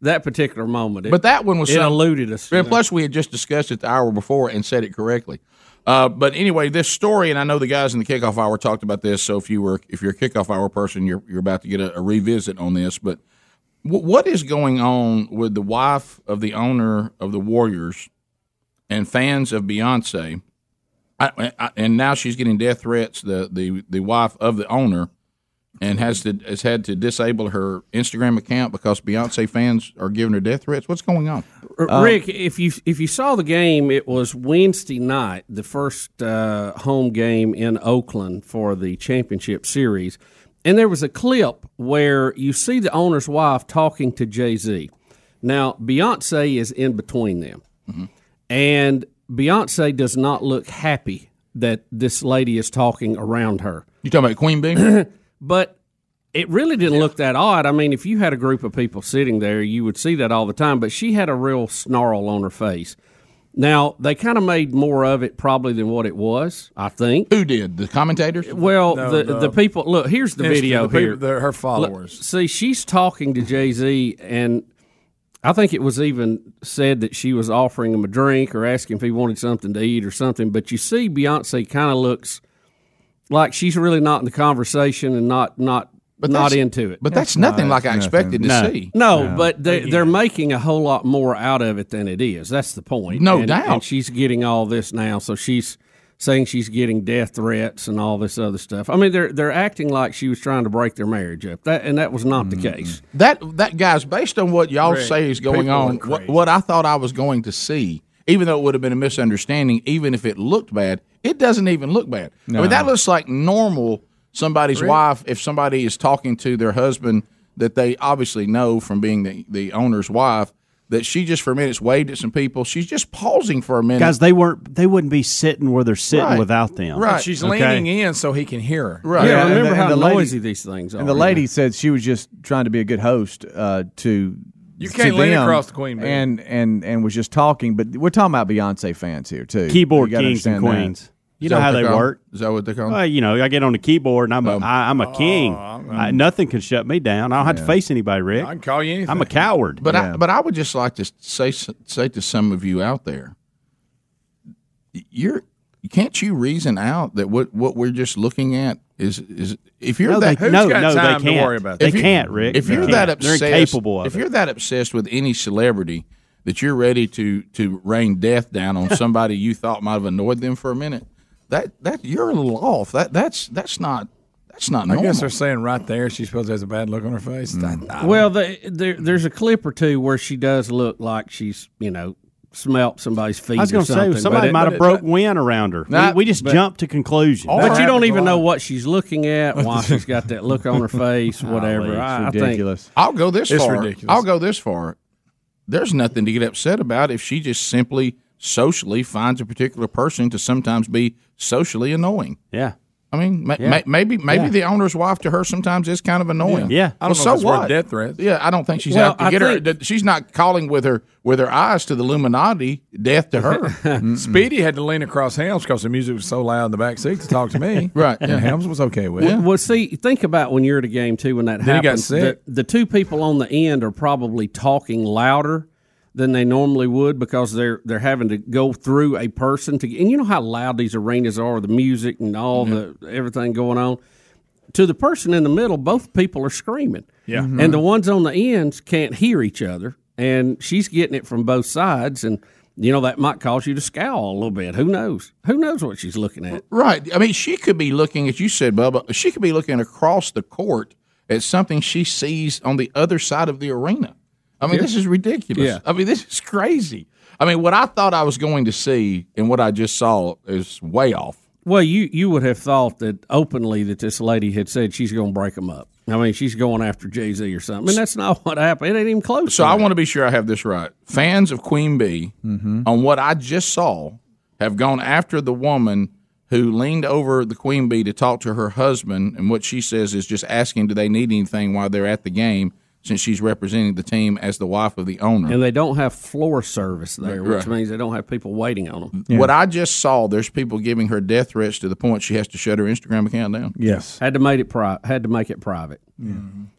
Speaker 17: that particular moment. It-
Speaker 16: but that one was
Speaker 17: it
Speaker 16: some-
Speaker 17: eluded us. you
Speaker 16: And
Speaker 17: know.
Speaker 16: plus, we had just discussed it the hour before and said it correctly. Uh, but anyway, this story, and I know the guys in the kickoff hour talked about this. So if you were if you're a kickoff hour person, you're you're about to get a, a revisit on this. But w- what is going on with the wife of the owner of the Warriors and fans of Beyonce? I, I, and now she's getting death threats. The the the wife of the owner and has to has had to disable her Instagram account because Beyonce fans are giving her death threats. What's going on?
Speaker 17: R- Uh,
Speaker 16: Um,
Speaker 17: Rick, if you if you saw the game, it was Wednesday night, the first uh, home game in Oakland for the championship series, and there was a clip where you see the owner's wife talking to Jay Z. Now Beyonce is in between them,
Speaker 16: Mm-hmm.
Speaker 17: and Beyonce does not look happy that this lady is talking around her.
Speaker 16: You talking about Queen Bee?
Speaker 17: but it really didn't look that odd. I mean, if you had a group of people sitting there, you would see that all the time. But she had a real snarl on her face. Now they kind of made more of it probably than what it was. I think
Speaker 16: who did the commentators?
Speaker 17: Well,
Speaker 4: No,
Speaker 17: the,
Speaker 4: the-
Speaker 17: the people. Look, here's the
Speaker 4: Insta-
Speaker 17: video
Speaker 4: the people-
Speaker 17: here.
Speaker 4: the- her followers.
Speaker 17: Look, see, she's talking to Jay Z, and I think it was even said that she was offering him a drink or asking if he wanted something to eat or something. But you see, Beyonce kind of looks like she's really not in the conversation and not not not
Speaker 16: that's-
Speaker 17: into it.
Speaker 16: but that's That's nothing not- like I nothing. expected to
Speaker 17: No.
Speaker 16: see.
Speaker 17: No,
Speaker 16: No.
Speaker 17: but they, they're making a whole lot more out of it than it is. That's the point.
Speaker 16: No
Speaker 17: And-
Speaker 16: doubt.
Speaker 17: and she's getting all this now, so she's saying she's getting death threats and all this other stuff. I mean, they're they're acting like she was trying to break their marriage up, that, and that was not the case.
Speaker 16: Mm-hmm. That that guys, based on what y'all
Speaker 17: Rick,
Speaker 16: say is going
Speaker 17: people
Speaker 16: on,
Speaker 17: are
Speaker 16: what, what I thought I was going to see, even though it would have been a misunderstanding, even if it looked bad, it doesn't even look bad. I
Speaker 4: No.
Speaker 16: mean, that looks like normal somebody's
Speaker 4: Rick?
Speaker 16: wife if somebody is talking to their husband that they obviously know from being the, the owner's wife that she just for a minute's waved at some people. She's just pausing for a minute.
Speaker 3: Guys, they weren't. They wouldn't be sitting where they're sitting
Speaker 16: Right.
Speaker 3: without them.
Speaker 4: She's
Speaker 3: Okay?
Speaker 4: leaning in so he can hear her.
Speaker 3: Right. Yeah, remember how noisy
Speaker 17: these things
Speaker 2: And the
Speaker 4: are,
Speaker 2: lady said she was just trying to be a good host uh, to.
Speaker 4: You
Speaker 2: to
Speaker 4: can't lean
Speaker 2: them
Speaker 4: across the queen, babe.
Speaker 2: and and and was just talking. But we're talking about Beyonce fans here too.
Speaker 3: Keyboard
Speaker 2: You gotta
Speaker 3: kings and
Speaker 2: understand that.
Speaker 3: queens. You know how they work.
Speaker 16: Is that what they call?
Speaker 3: Well, you know, I get on the keyboard and I'm
Speaker 16: Um,
Speaker 3: a, I, I'm
Speaker 16: oh,
Speaker 3: a king. I, nothing can shut me down. I don't have to face anybody, Rick.
Speaker 16: I can
Speaker 4: call you anything.
Speaker 3: I'm a coward.
Speaker 16: But I, but I would just like to say say to some of you out there, you're can't you reason out that what what we're just looking at is is if you're
Speaker 3: No,
Speaker 16: that
Speaker 3: they- Who's no, got no, they time to can't. worry about They
Speaker 16: If you-
Speaker 3: can't, Rick.
Speaker 16: If
Speaker 3: They
Speaker 16: you're
Speaker 3: can't.
Speaker 16: that
Speaker 3: They're
Speaker 16: obsessed,
Speaker 3: incapable of
Speaker 16: if
Speaker 3: it.
Speaker 16: you're that obsessed with any celebrity that you're ready to to rain death down on somebody you thought might have annoyed them for a minute, that that you're a little off. That that's that's not that's not
Speaker 4: I
Speaker 16: normal. Mm.
Speaker 4: guess they're saying right there she supposed to has a bad look on her face. I- I-
Speaker 17: Well, the, there, there's a clip or two where she does look like she's you know smelt somebody's feet.
Speaker 3: I was
Speaker 17: going
Speaker 3: gonna
Speaker 17: to
Speaker 3: say, somebody might have broke wind around her. We-
Speaker 17: Nah,
Speaker 3: we, just
Speaker 17: but-
Speaker 3: jumped to conclusions.
Speaker 17: But you don't even know what she's looking at, why she's got that look on her face, whatever. I, I think-
Speaker 16: I'll go this
Speaker 17: It's
Speaker 16: far.
Speaker 17: ridiculous.
Speaker 16: I'll go this far. There's nothing to get upset about if she just simply socially finds a particular person to sometimes be socially annoying.
Speaker 3: Yeah.
Speaker 16: I mean, ma-
Speaker 4: Yeah.
Speaker 16: ma- maybe maybe
Speaker 4: Yeah.
Speaker 16: the owner's wife to her sometimes is kind of annoying.
Speaker 4: Yeah. Yeah. I don't know
Speaker 16: well,
Speaker 4: if
Speaker 16: so
Speaker 4: it's worth
Speaker 16: what?
Speaker 4: death threats.
Speaker 16: Yeah, I don't think she's
Speaker 4: Well,
Speaker 16: out to
Speaker 4: I
Speaker 16: get
Speaker 4: think-
Speaker 16: her. that- She's not calling with her with her eyes to the Illuminati. Death to her.
Speaker 4: Speedy had to lean across Helms because the music was so loud in the back seat to talk to me.
Speaker 16: right.
Speaker 4: And
Speaker 16: yeah.
Speaker 4: Helms was okay with
Speaker 17: Well,
Speaker 4: it.
Speaker 17: well, see, think about when you're at a game too. When that
Speaker 4: Then he got
Speaker 17: happens, the,
Speaker 4: sick.
Speaker 17: the two people on the end are probably talking louder than they normally would because they're they're having to go through a person to. And you know how loud these arenas are, the music and all
Speaker 16: Mm-hmm.
Speaker 17: the everything going on. To the person in the middle, both people are screaming.
Speaker 4: Yeah.
Speaker 16: Mm-hmm.
Speaker 4: Mhm.
Speaker 17: and the ones on the ends can't hear each other, and she's getting it from both sides, and you know that might cause you to scowl a little bit. Who knows? Who knows what she's looking at?
Speaker 16: Right. I mean, she could be looking, as you said, Bubba, she could be looking across the court at something she sees on the other side of the arena. I mean,
Speaker 4: Yeah.
Speaker 16: this is ridiculous.
Speaker 4: Yeah.
Speaker 16: I mean, this is crazy. I mean, what I thought I was going to see and what I just saw is way off.
Speaker 17: Well, you you would have thought that openly that this lady had said she's going to break them up. I mean, she's going after Jay Z or something, and that's not Oh, what happened. It ain't even close.
Speaker 16: So I want to be sure I have this right. Fans of Queen Bee,
Speaker 2: Mm-hmm.
Speaker 16: Mm-hmm. on what I just saw, have gone after the woman who leaned over the Queen Bee to talk to her husband, and what she says is just asking, do they need anything while they're at the game, since she's representing the team as the wife of the owner.
Speaker 17: and they don't have floor service there,
Speaker 16: Right.
Speaker 17: which means they don't have people waiting on them.
Speaker 16: What I just saw, there's people giving her death threats to the point she has to shut her Instagram account down.
Speaker 17: Yes, had to made it pri- had to make it private.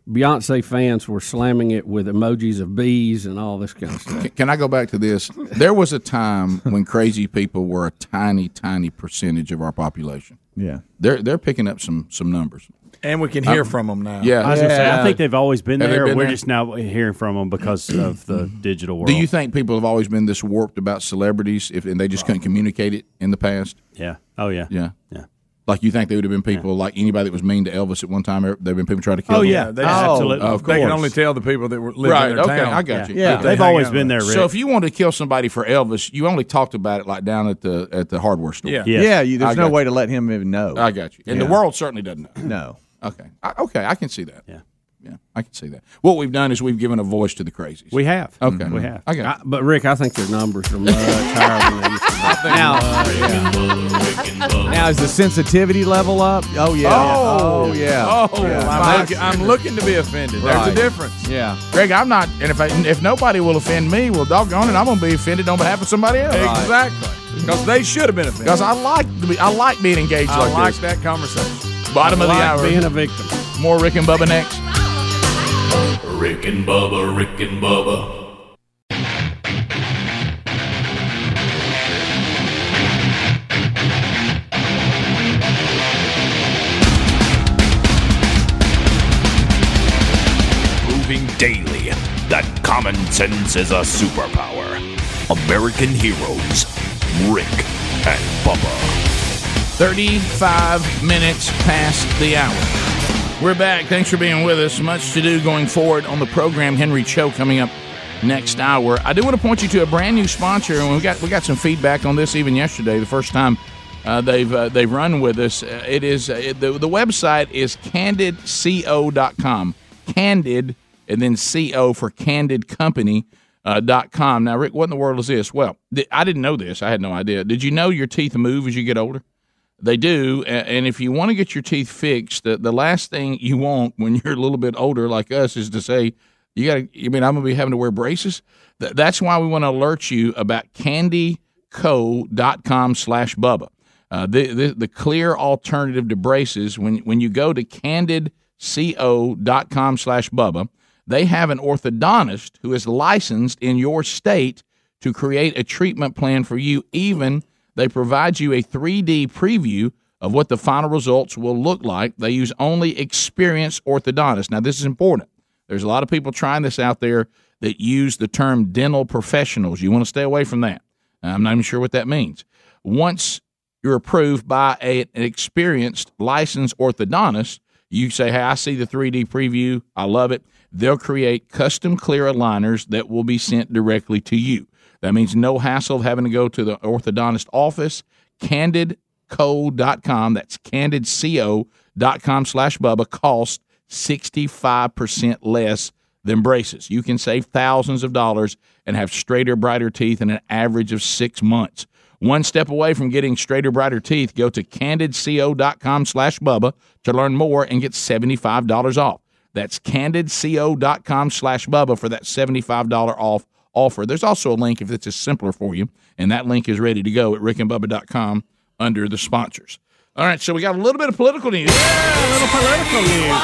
Speaker 17: Beyonce fans were slamming it with emojis of bees and all this kind of stuff.
Speaker 16: Can I go back to this? There was a time when crazy people were a tiny, tiny percentage of our population.
Speaker 2: Yeah.
Speaker 16: They're they're picking up some some numbers.
Speaker 4: And we can hear
Speaker 16: I'm-
Speaker 4: from them now.
Speaker 16: Yeah,
Speaker 3: I, was gonna say, I think they've always been
Speaker 16: Have they
Speaker 3: there.
Speaker 16: been
Speaker 3: We're
Speaker 16: there?
Speaker 3: just now hearing from them because of the digital world.
Speaker 16: Do you think people have always been this warped about celebrities, if and they just couldn't communicate it in the past?
Speaker 3: Yeah. Oh yeah.
Speaker 16: Yeah.
Speaker 3: Yeah.
Speaker 16: Like you think they would have been people like anybody that was mean to Elvis at one time? There have been people trying to kill.
Speaker 3: Oh,
Speaker 16: him?
Speaker 3: yeah. They- absolutely.
Speaker 16: Of
Speaker 4: They
Speaker 16: course.
Speaker 4: can only tell the people that were living
Speaker 16: right.
Speaker 4: in their
Speaker 16: okay,
Speaker 4: town.
Speaker 16: I got you.
Speaker 4: That they hang out with.
Speaker 16: So if you wanted to kill somebody for Elvis, you only talked about it like down at the at the hardware store.
Speaker 4: Yeah.
Speaker 2: Yeah, you,
Speaker 16: I
Speaker 2: there's no
Speaker 16: got
Speaker 2: way to let him even know.
Speaker 16: you. I got you. And
Speaker 2: Yeah.
Speaker 16: the world certainly doesn't know.
Speaker 2: No.
Speaker 16: Okay. I, okay, I can see that. Yeah. Yeah, I can see that. What we've done is we've given a voice to the crazies.
Speaker 17: We have.
Speaker 16: Okay.
Speaker 17: We have.
Speaker 16: I got.
Speaker 17: I- but Rick, I think their numbers are much higher than they used to be.
Speaker 2: Now, now is the sensitivity level up? Oh yeah.
Speaker 16: Oh,
Speaker 2: yeah.
Speaker 16: Oh,
Speaker 2: Yeah.
Speaker 16: my
Speaker 2: That's-
Speaker 16: God. I'm looking to be offended.
Speaker 2: Right.
Speaker 16: There's a difference.
Speaker 2: Yeah.
Speaker 16: Greg, I'm not. And if I, if nobody will offend me, well, doggone it, I'm going to be offended on behalf of somebody else.
Speaker 4: Right. Exactly. Because they should have been offended.
Speaker 16: Because I like to be, I like being engaged
Speaker 4: I
Speaker 16: like,
Speaker 4: like
Speaker 16: this.
Speaker 4: that conversation.
Speaker 16: Bottom of the
Speaker 5: I like
Speaker 16: hour.
Speaker 5: being
Speaker 17: a victim.
Speaker 16: More Rick and Bubba next.
Speaker 5: Rick and Bubba, Rick and Bubba,
Speaker 19: Proving daily that common sense is a superpower. American heroes, Rick and Bubba.
Speaker 16: 35 minutes past the hour. We're back. Thanks for being with us. Much to do going forward on the program. Henry Cho coming up next hour. I do want to point you to a brand new sponsor, and we got we got some feedback on this even yesterday. The first time uh, they've uh, they've run with us. Uh, it is uh, it, the the website is candidco.com. Candid and then co for Candid Company. Uh, dot com. Now, Rick, what in the world is this? Well, th- I didn't know this. I had no idea. Did you know your teeth move as you get older? They do, a- and if you want to get your teeth fixed, the, the last thing you want when you're a little bit older like us is to say, "You got to." You mean I'm going to be having to wear braces? Th- that's why we want to alert you about CandyCo.com/bubba. slash Bubba. Uh, the, the the clear alternative to braces when when you go to CandidCo.com/bubba, slash Bubba, they have an orthodontist who is licensed in your state to create a treatment plan for you. Even they provide you a 3D preview of what the final results will look like. They use only experienced orthodontists. Now, this is important. There's a lot of people trying this out there that use the term dental professionals. You want to stay away from that. I'm not even sure what that means. Once you're approved by a- an experienced licensed orthodontist, you say, Hey, I see the 3D preview. I love it. They'll create custom clear aligners that will be sent directly to you. That means no hassle of having to go to the orthodontist office. CandidCo.com. That's CandidCo.com slash Bubba. Cost 65% less than braces. You can save thousands of dollars and have straighter, brighter teeth in an average of six months. One step away from getting straighter, brighter teeth, go to candidco.com slash Bubba to learn more and get $75 off. That's candidco.com slash Bubba for that $75 off offer. There's also a link if this is simpler for you, and that link is ready to go at rickandbubba.com under the sponsors. All right, so we got a little bit of political news. Yeah, a little political news.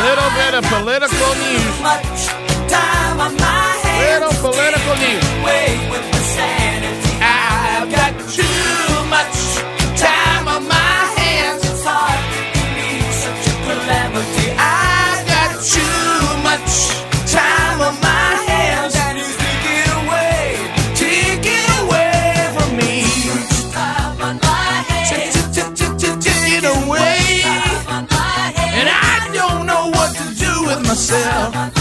Speaker 16: Little bit of political news.
Speaker 9: Little
Speaker 16: political news.
Speaker 9: I've got too much time on my hands. It's hard to believe such a calamity. I've got too much time on my hands. And you take it away, take it away from me. Time on my hands. Take it away. And I don't know what to do with Mm-hmm. myself. Mm.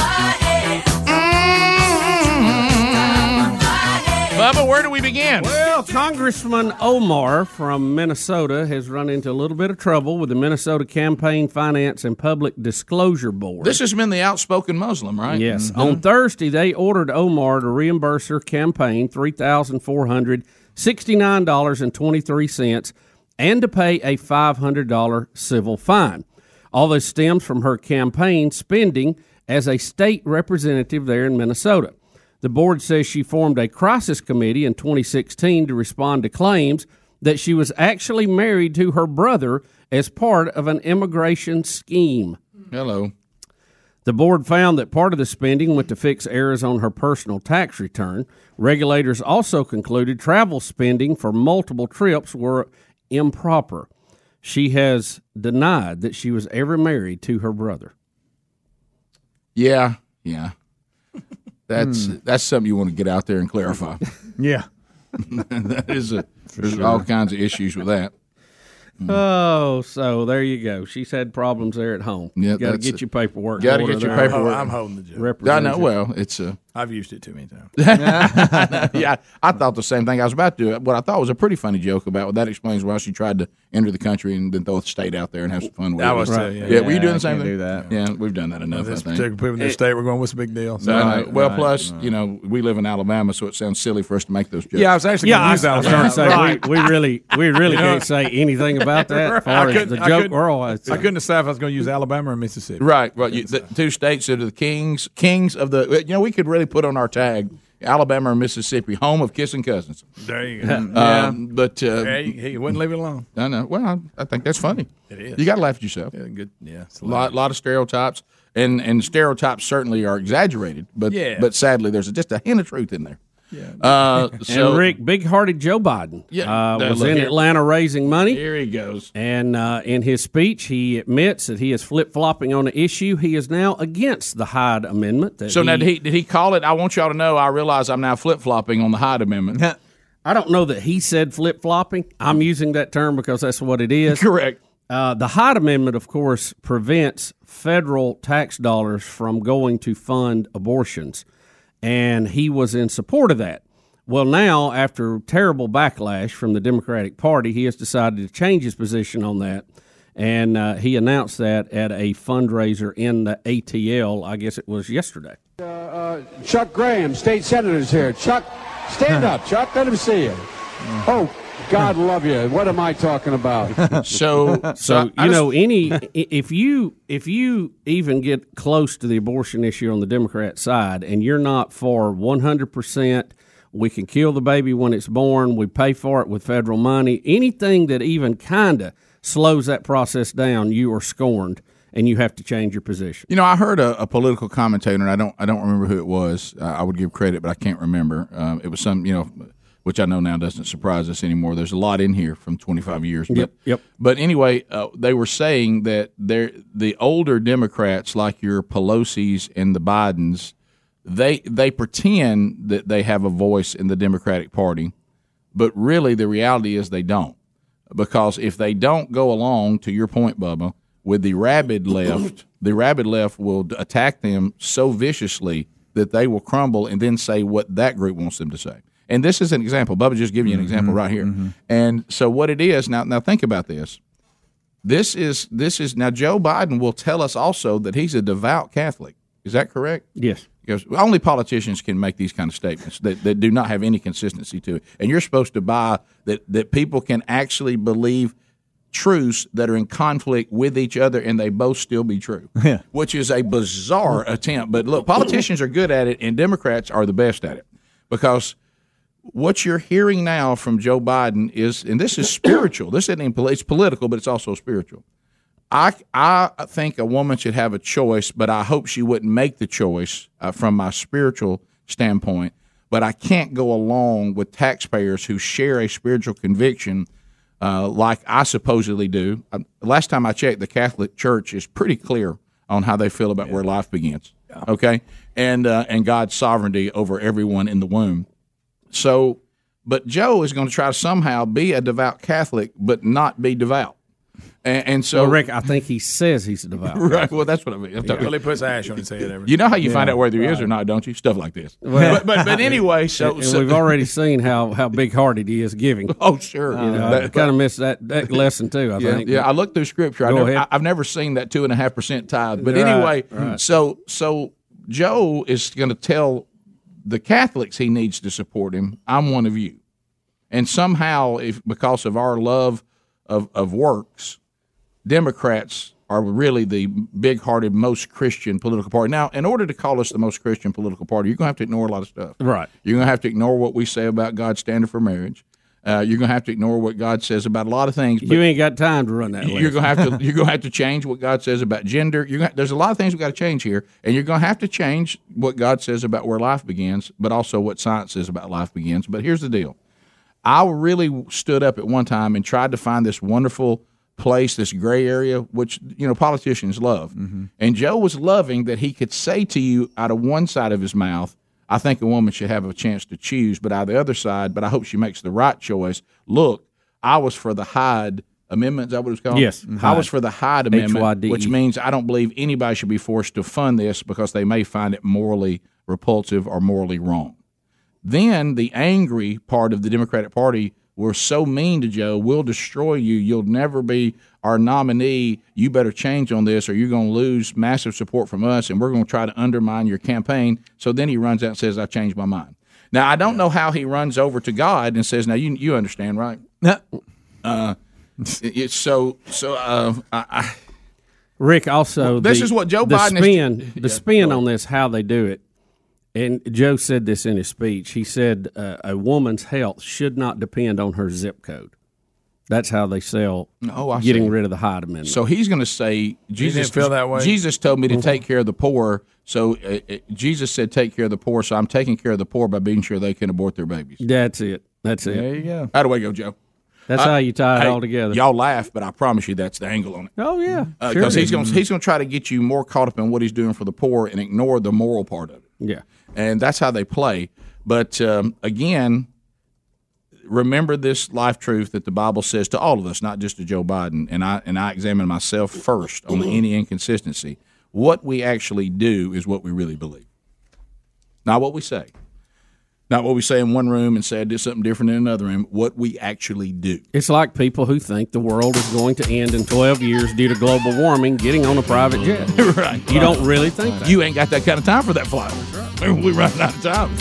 Speaker 16: But
Speaker 13: in.
Speaker 17: Well, Congressman Omar from Minnesota has run into a little bit of trouble with the Minnesota Campaign Finance and Public Disclosure Board.
Speaker 16: This has been the outspoken Muslim, right? Mm-hmm.
Speaker 17: Yes. On Thursday, they ordered Omar to reimburse her campaign three thousand four hundred sixty-nine dollars and twenty-three cents, and to pay a five hundred dollar civil fine. All this stems from her campaign spending as a state representative there in Minnesota. The board says she formed a crisis committee in 2016 to respond to claims that she was actually married to her brother as part of an immigration scheme.
Speaker 16: Hello.
Speaker 17: The board found that part of the spending went to fix errors on her personal tax return. Regulators also concluded travel spending for multiple trips were improper. She has denied that she was ever married to her brother.
Speaker 16: Yeah, yeah. That's that's something you want to get out there and clarify.
Speaker 17: Yeah.
Speaker 16: that is a there's all kinds of issues with that.
Speaker 17: Oh, so there you go. She's had problems there at home.
Speaker 16: Yeah,
Speaker 17: you got to
Speaker 16: that's
Speaker 17: get
Speaker 16: it.
Speaker 17: your paperwork.
Speaker 16: Gotta get your paperwork.
Speaker 4: Oh, I'm holding the joke.
Speaker 16: I know. Well, it's uh, a.
Speaker 4: I've used it too many times.
Speaker 16: yeah, I thought the same thing. I was about to. What I thought was a pretty funny joke about well, that explains why she tried to enter the country and then throw the state out there and have some fun with
Speaker 4: I
Speaker 16: it.
Speaker 4: was too,
Speaker 16: yeah.
Speaker 4: yeah.
Speaker 16: were you
Speaker 4: Yeah,
Speaker 16: doing
Speaker 4: I
Speaker 16: the same
Speaker 4: can't
Speaker 16: thing?
Speaker 4: do that.
Speaker 16: Yeah, we've done that enough.
Speaker 4: this
Speaker 16: I think.
Speaker 4: particular people in the
Speaker 16: It-
Speaker 4: state, we're going. What's the big deal?
Speaker 16: No, I know. well, plus you know we live in Alabama, so it sounds silly for us to make those jokes.
Speaker 4: Yeah, I was actually Yeah, gonna I- use I was Alabama. gonna say, Right.
Speaker 17: we, we really, we really
Speaker 4: You know-
Speaker 17: can't say anything about that. As far
Speaker 4: I
Speaker 17: as
Speaker 4: couldn't-
Speaker 17: the
Speaker 4: I
Speaker 17: joke
Speaker 4: couldn't-
Speaker 17: world,
Speaker 4: I couldn't decide if I was going to use Alabama or Mississippi.
Speaker 16: Right, right. You, the two states that are the kings, kings of the. You know, we could really put on our tag Alabama and Mississippi, home of kissing cousins.
Speaker 4: There you go.
Speaker 16: Um, But uh,
Speaker 4: Hey, he wouldn't leave it alone.
Speaker 16: I know. Well, I, I think that's funny.
Speaker 4: It is.
Speaker 16: You got to laugh at yourself.
Speaker 4: Yeah, good. Yeah, it's
Speaker 16: A lot, lot of stereotypes, and and stereotypes certainly are exaggerated. But
Speaker 17: Yeah.
Speaker 16: but sadly, there's just a hint of truth in there.
Speaker 17: Yeah.
Speaker 16: Uh, so-
Speaker 17: and Rick, big-hearted Joe Biden,
Speaker 16: Yeah,
Speaker 17: uh,
Speaker 16: now
Speaker 17: was
Speaker 16: look
Speaker 17: in
Speaker 16: here.
Speaker 17: Atlanta raising money.
Speaker 16: Here he goes.
Speaker 17: And uh, in his speech, he admits that he is flip-flopping on the issue. He is now against the Hyde Amendment. That
Speaker 16: So now did he did he call it? I want y'all to know. I realize I'm now flip flopping on the Hyde Amendment.
Speaker 17: I don't know that he said flip flopping. I'm using that term because that's what it is.
Speaker 16: Correct.
Speaker 17: Uh, the Hyde Amendment, of course, prevents federal tax dollars from going to fund abortions. And he was in support of that. Well, now, after terrible backlash from the Democratic Party, he has decided to change his position on that. And uh, he announced that at a fundraiser in the ATL, I guess it was yesterday.
Speaker 20: Uh, Chuck Graham, state senator's here. Chuck, stand up, Chuck. Let him see you. Oh, God love you. What am I talking about?
Speaker 17: so you know any i- if you if you even get close to the abortion issue on the Democrat side and you're not for 100 percent we can kill the baby when it's born we pay for it with federal money anything that even kinda slows that process down you are scorned and you have to change your position
Speaker 16: You know, I heard a, a political commentator, and I don't, I don't remember who it was. Uh, I would give credit, but I can't remember. Um, it was some, you know, which I know now doesn't surprise us anymore. There's a lot in here from 25 years, but
Speaker 17: Yep, yep.
Speaker 16: but anyway, uh, they were saying that they're, the older Democrats, like your Pelosi's and the Bidens, they they pretend that they have a voice in the Democratic Party, but really the reality is they don't. Because if they don't go along, to your point, Bubba, with the rabid left, the rabid left will d- attack them so viciously that they will crumble and then say what that group wants them to say. And this is an example. Bubba just giving you an example right here. And so what it is now now think about this. This is this is now Joe Biden will tell us also that he's a devout Catholic. Is that correct?
Speaker 17: Yes.
Speaker 16: Because only politicians can make these kind of statements that, that do not have any consistency to it. And you're supposed to buy that that people can actually believe truths that are in conflict with each other and they both still be true.
Speaker 13: Yeah.
Speaker 16: Which is a bizarre attempt. But look, politicians are good at it and Democrats are the best at it. Because what you're hearing now from Joe Biden is, and this is spiritual. This isn't even poli- it's political, but it's also spiritual. I I think a woman should have a choice, but I hope she wouldn't make the choice uh, from my spiritual standpoint. But I can't go along with taxpayers who share a spiritual conviction uh, like I supposedly do. Um, last time I checked, the Catholic Church is pretty clear on how they feel about where life begins. Okay, and uh, and God's sovereignty over everyone in the womb. So, but Joe is going to try to somehow be a devout Catholic, but not be devout. And, and so,
Speaker 17: well, Rick, I think he says he's a devout.
Speaker 16: right. Well, that's what I mean. I'm talking-
Speaker 4: really puts ash on his head. Every
Speaker 16: You know how you find out whether he is or not, don't you? Stuff like this. but, but, but anyway, so,
Speaker 17: And
Speaker 16: so
Speaker 17: we've already seen how, how big hearted he is giving.
Speaker 16: Oh, sure.
Speaker 17: You know,
Speaker 16: That-
Speaker 17: I kind of missed that, that lesson too. I
Speaker 16: yeah,
Speaker 17: think.
Speaker 16: yeah. I looked through scripture. I
Speaker 17: Go
Speaker 16: never,
Speaker 17: ahead.
Speaker 16: I, I've never seen that two and a half percent tithe. But
Speaker 17: Right,
Speaker 16: anyway,
Speaker 17: right.
Speaker 16: so so Joe is going to tell the Catholics he needs to support him. I'm one of you, and somehow, if because of our love of of works, Democrats are really the big-hearted, most Christian political party. Now, in order to call us the most Christian political party, you're going to have to ignore a lot of stuff.
Speaker 17: Right.
Speaker 16: You're going to have to ignore what we say about God's standard for marriage. Uh, you're going to have to ignore what God says about a lot of things. but-
Speaker 17: You ain't got time to run that.
Speaker 16: you're
Speaker 17: list.
Speaker 16: gonna have to you're gonna have to change what God says about gender. You're gonna, there's a lot of things we got to change here, and you're gonna have to change what God says about where life begins, but also what science says about life begins. But here's the deal: I really stood up at one time and tried to find this wonderful place, this gray area, which you know politicians love.
Speaker 17: Mm-hmm.
Speaker 16: And Joe was loving that he could say to you out of one side of his mouth, I think a woman should have a chance to choose, but out of the other side, but I hope she makes the right choice. Look, I was for the Hyde Amendment. Is that what it's called?
Speaker 17: Yes,
Speaker 16: I was
Speaker 17: Hyde.
Speaker 16: for the Hyde Amendment,
Speaker 17: H-Y-D-E.
Speaker 16: which means I don't believe anybody should be forced to fund this because they may find it morally repulsive or morally wrong. Then the angry part of the Democratic Party were so mean to Joe, we'll destroy you. You'll never be our nominee. You better change on this or you're going to lose massive support from us and we're going to try to undermine your campaign. So then he runs out and says, I changed my mind. Now, I don't know how he runs over to God and says, Now, you, you understand, right? Uh, it- it's so, so, uh, I, I,
Speaker 17: Rick also.
Speaker 16: Well, this
Speaker 17: the-
Speaker 16: is what Joe
Speaker 17: the
Speaker 16: Biden is-
Speaker 17: spin
Speaker 16: Yeah,
Speaker 17: the spin on this how they do it. And Joe said this in his speech. He said uh, a woman's health should not depend on her zip code. That's how they sell
Speaker 16: Oh, I
Speaker 17: getting
Speaker 16: see.
Speaker 17: rid of the Hyde Amendment.
Speaker 16: So he's going to say Jesus
Speaker 4: didn't feel that way?
Speaker 16: Jesus told me to
Speaker 4: Mhm.
Speaker 16: take care of the poor. So uh, uh, Jesus said, "Take care of the poor." So I'm taking care of the poor by being sure they can abort their babies.
Speaker 17: That's it. That's it.
Speaker 16: There you go. How do we go, Joe?
Speaker 17: That's
Speaker 16: I-
Speaker 17: how you tie it
Speaker 16: hey,
Speaker 17: all together.
Speaker 16: Y'all laugh, but I promise you that's the angle on it.
Speaker 17: Oh yeah,
Speaker 16: Uh, Because
Speaker 17: sure.
Speaker 16: he's going he's going to try to get you more caught up in what he's doing for the poor and ignore the moral part of it.
Speaker 17: Yeah.
Speaker 16: and that's how they play. But um, again, remember this life truth that the Bible says to all of us, not just to Joe Biden. And I and I examine myself first on
Speaker 17: Mm-hmm.
Speaker 16: any inconsistency. What we actually do is what we really believe, not what we say, not what we say in one room and say I did something different in another room. What we actually do.
Speaker 17: It's like people who think the world is going to end in 12 years due to global warming getting on a private jet.
Speaker 16: right.
Speaker 17: You don't really think that.
Speaker 16: You ain't got that kind of time for that flyer. We run out of time.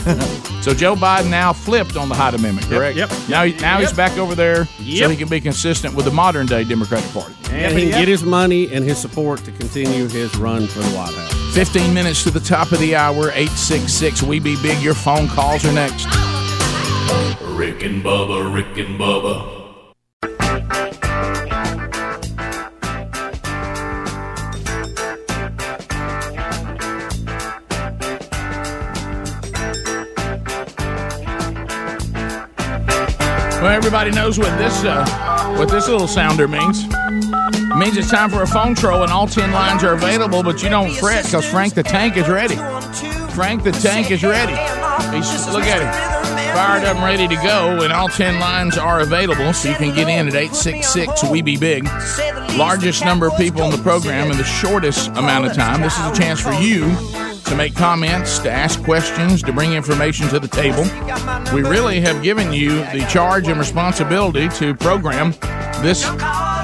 Speaker 16: so Joe Biden now flipped on the Hyde Amendment, correct?
Speaker 17: yep.
Speaker 16: Now, now he's back over there so
Speaker 17: Yep.
Speaker 16: he can be consistent with the modern day Democratic Party.
Speaker 17: and he can get his money and his support to continue his run for the White House.
Speaker 16: 15 minutes to the top of the hour, 866 We Be Big. Your phone calls are next.
Speaker 5: Rick and Bubba, Rick and Bubba.
Speaker 16: Well, everybody knows what this uh, what this little sounder means. It means it's time for a phone troll, and all 10 lines are available, but you don't fret because Frank the Tank is ready. Frank the Tank is ready. He's, look at him. Fired up and ready to go, and all 10 lines are available, so you can get in at 866 We Be Big. Largest number of people on the program in the shortest amount of time. This is a chance for you to make comments, to ask questions, to bring information to the table. We really have given you the charge and responsibility to program this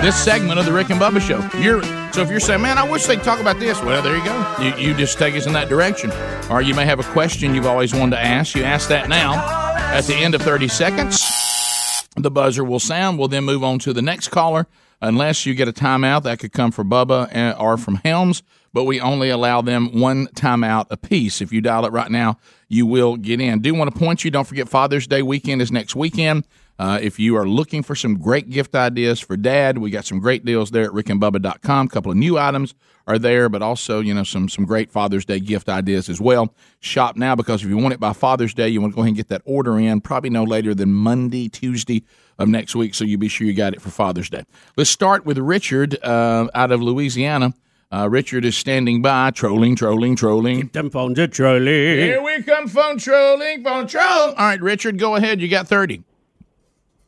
Speaker 16: this segment of the Rick and Bubba Show. You're so if you're saying, "Man, I wish they'd talk about this," well, there you go. You, you just take us in that direction, or you may have a question you've always wanted to ask. You ask that now. At the end of 30 seconds, the buzzer will sound. We'll then move on to the next caller, unless you get a timeout that could come from Bubba uh, or from Helms. But we only allow them one timeout apiece. If you dial it right now, you will get in. Do want to point you? Don't forget Father's Day weekend is next weekend. Uh, if you are looking for some great gift ideas for dad, we got some great deals there at rickandbubba.com. A couple of new items are there, but also, you know, some some great Father's Day gift ideas as well. Shop now because if you want it by Father's Day, you want to go ahead and get that order in probably no later than Monday, Tuesday of next week. So you be sure you got it for Father's Day. Let's start with Richard uh, out of Louisiana. Uh, Richard is standing by, trolling, trolling, trolling.
Speaker 17: Them phones are trolling.
Speaker 16: Here we come, phone trolling, phone troll. All right, Richard, go ahead. You got 30.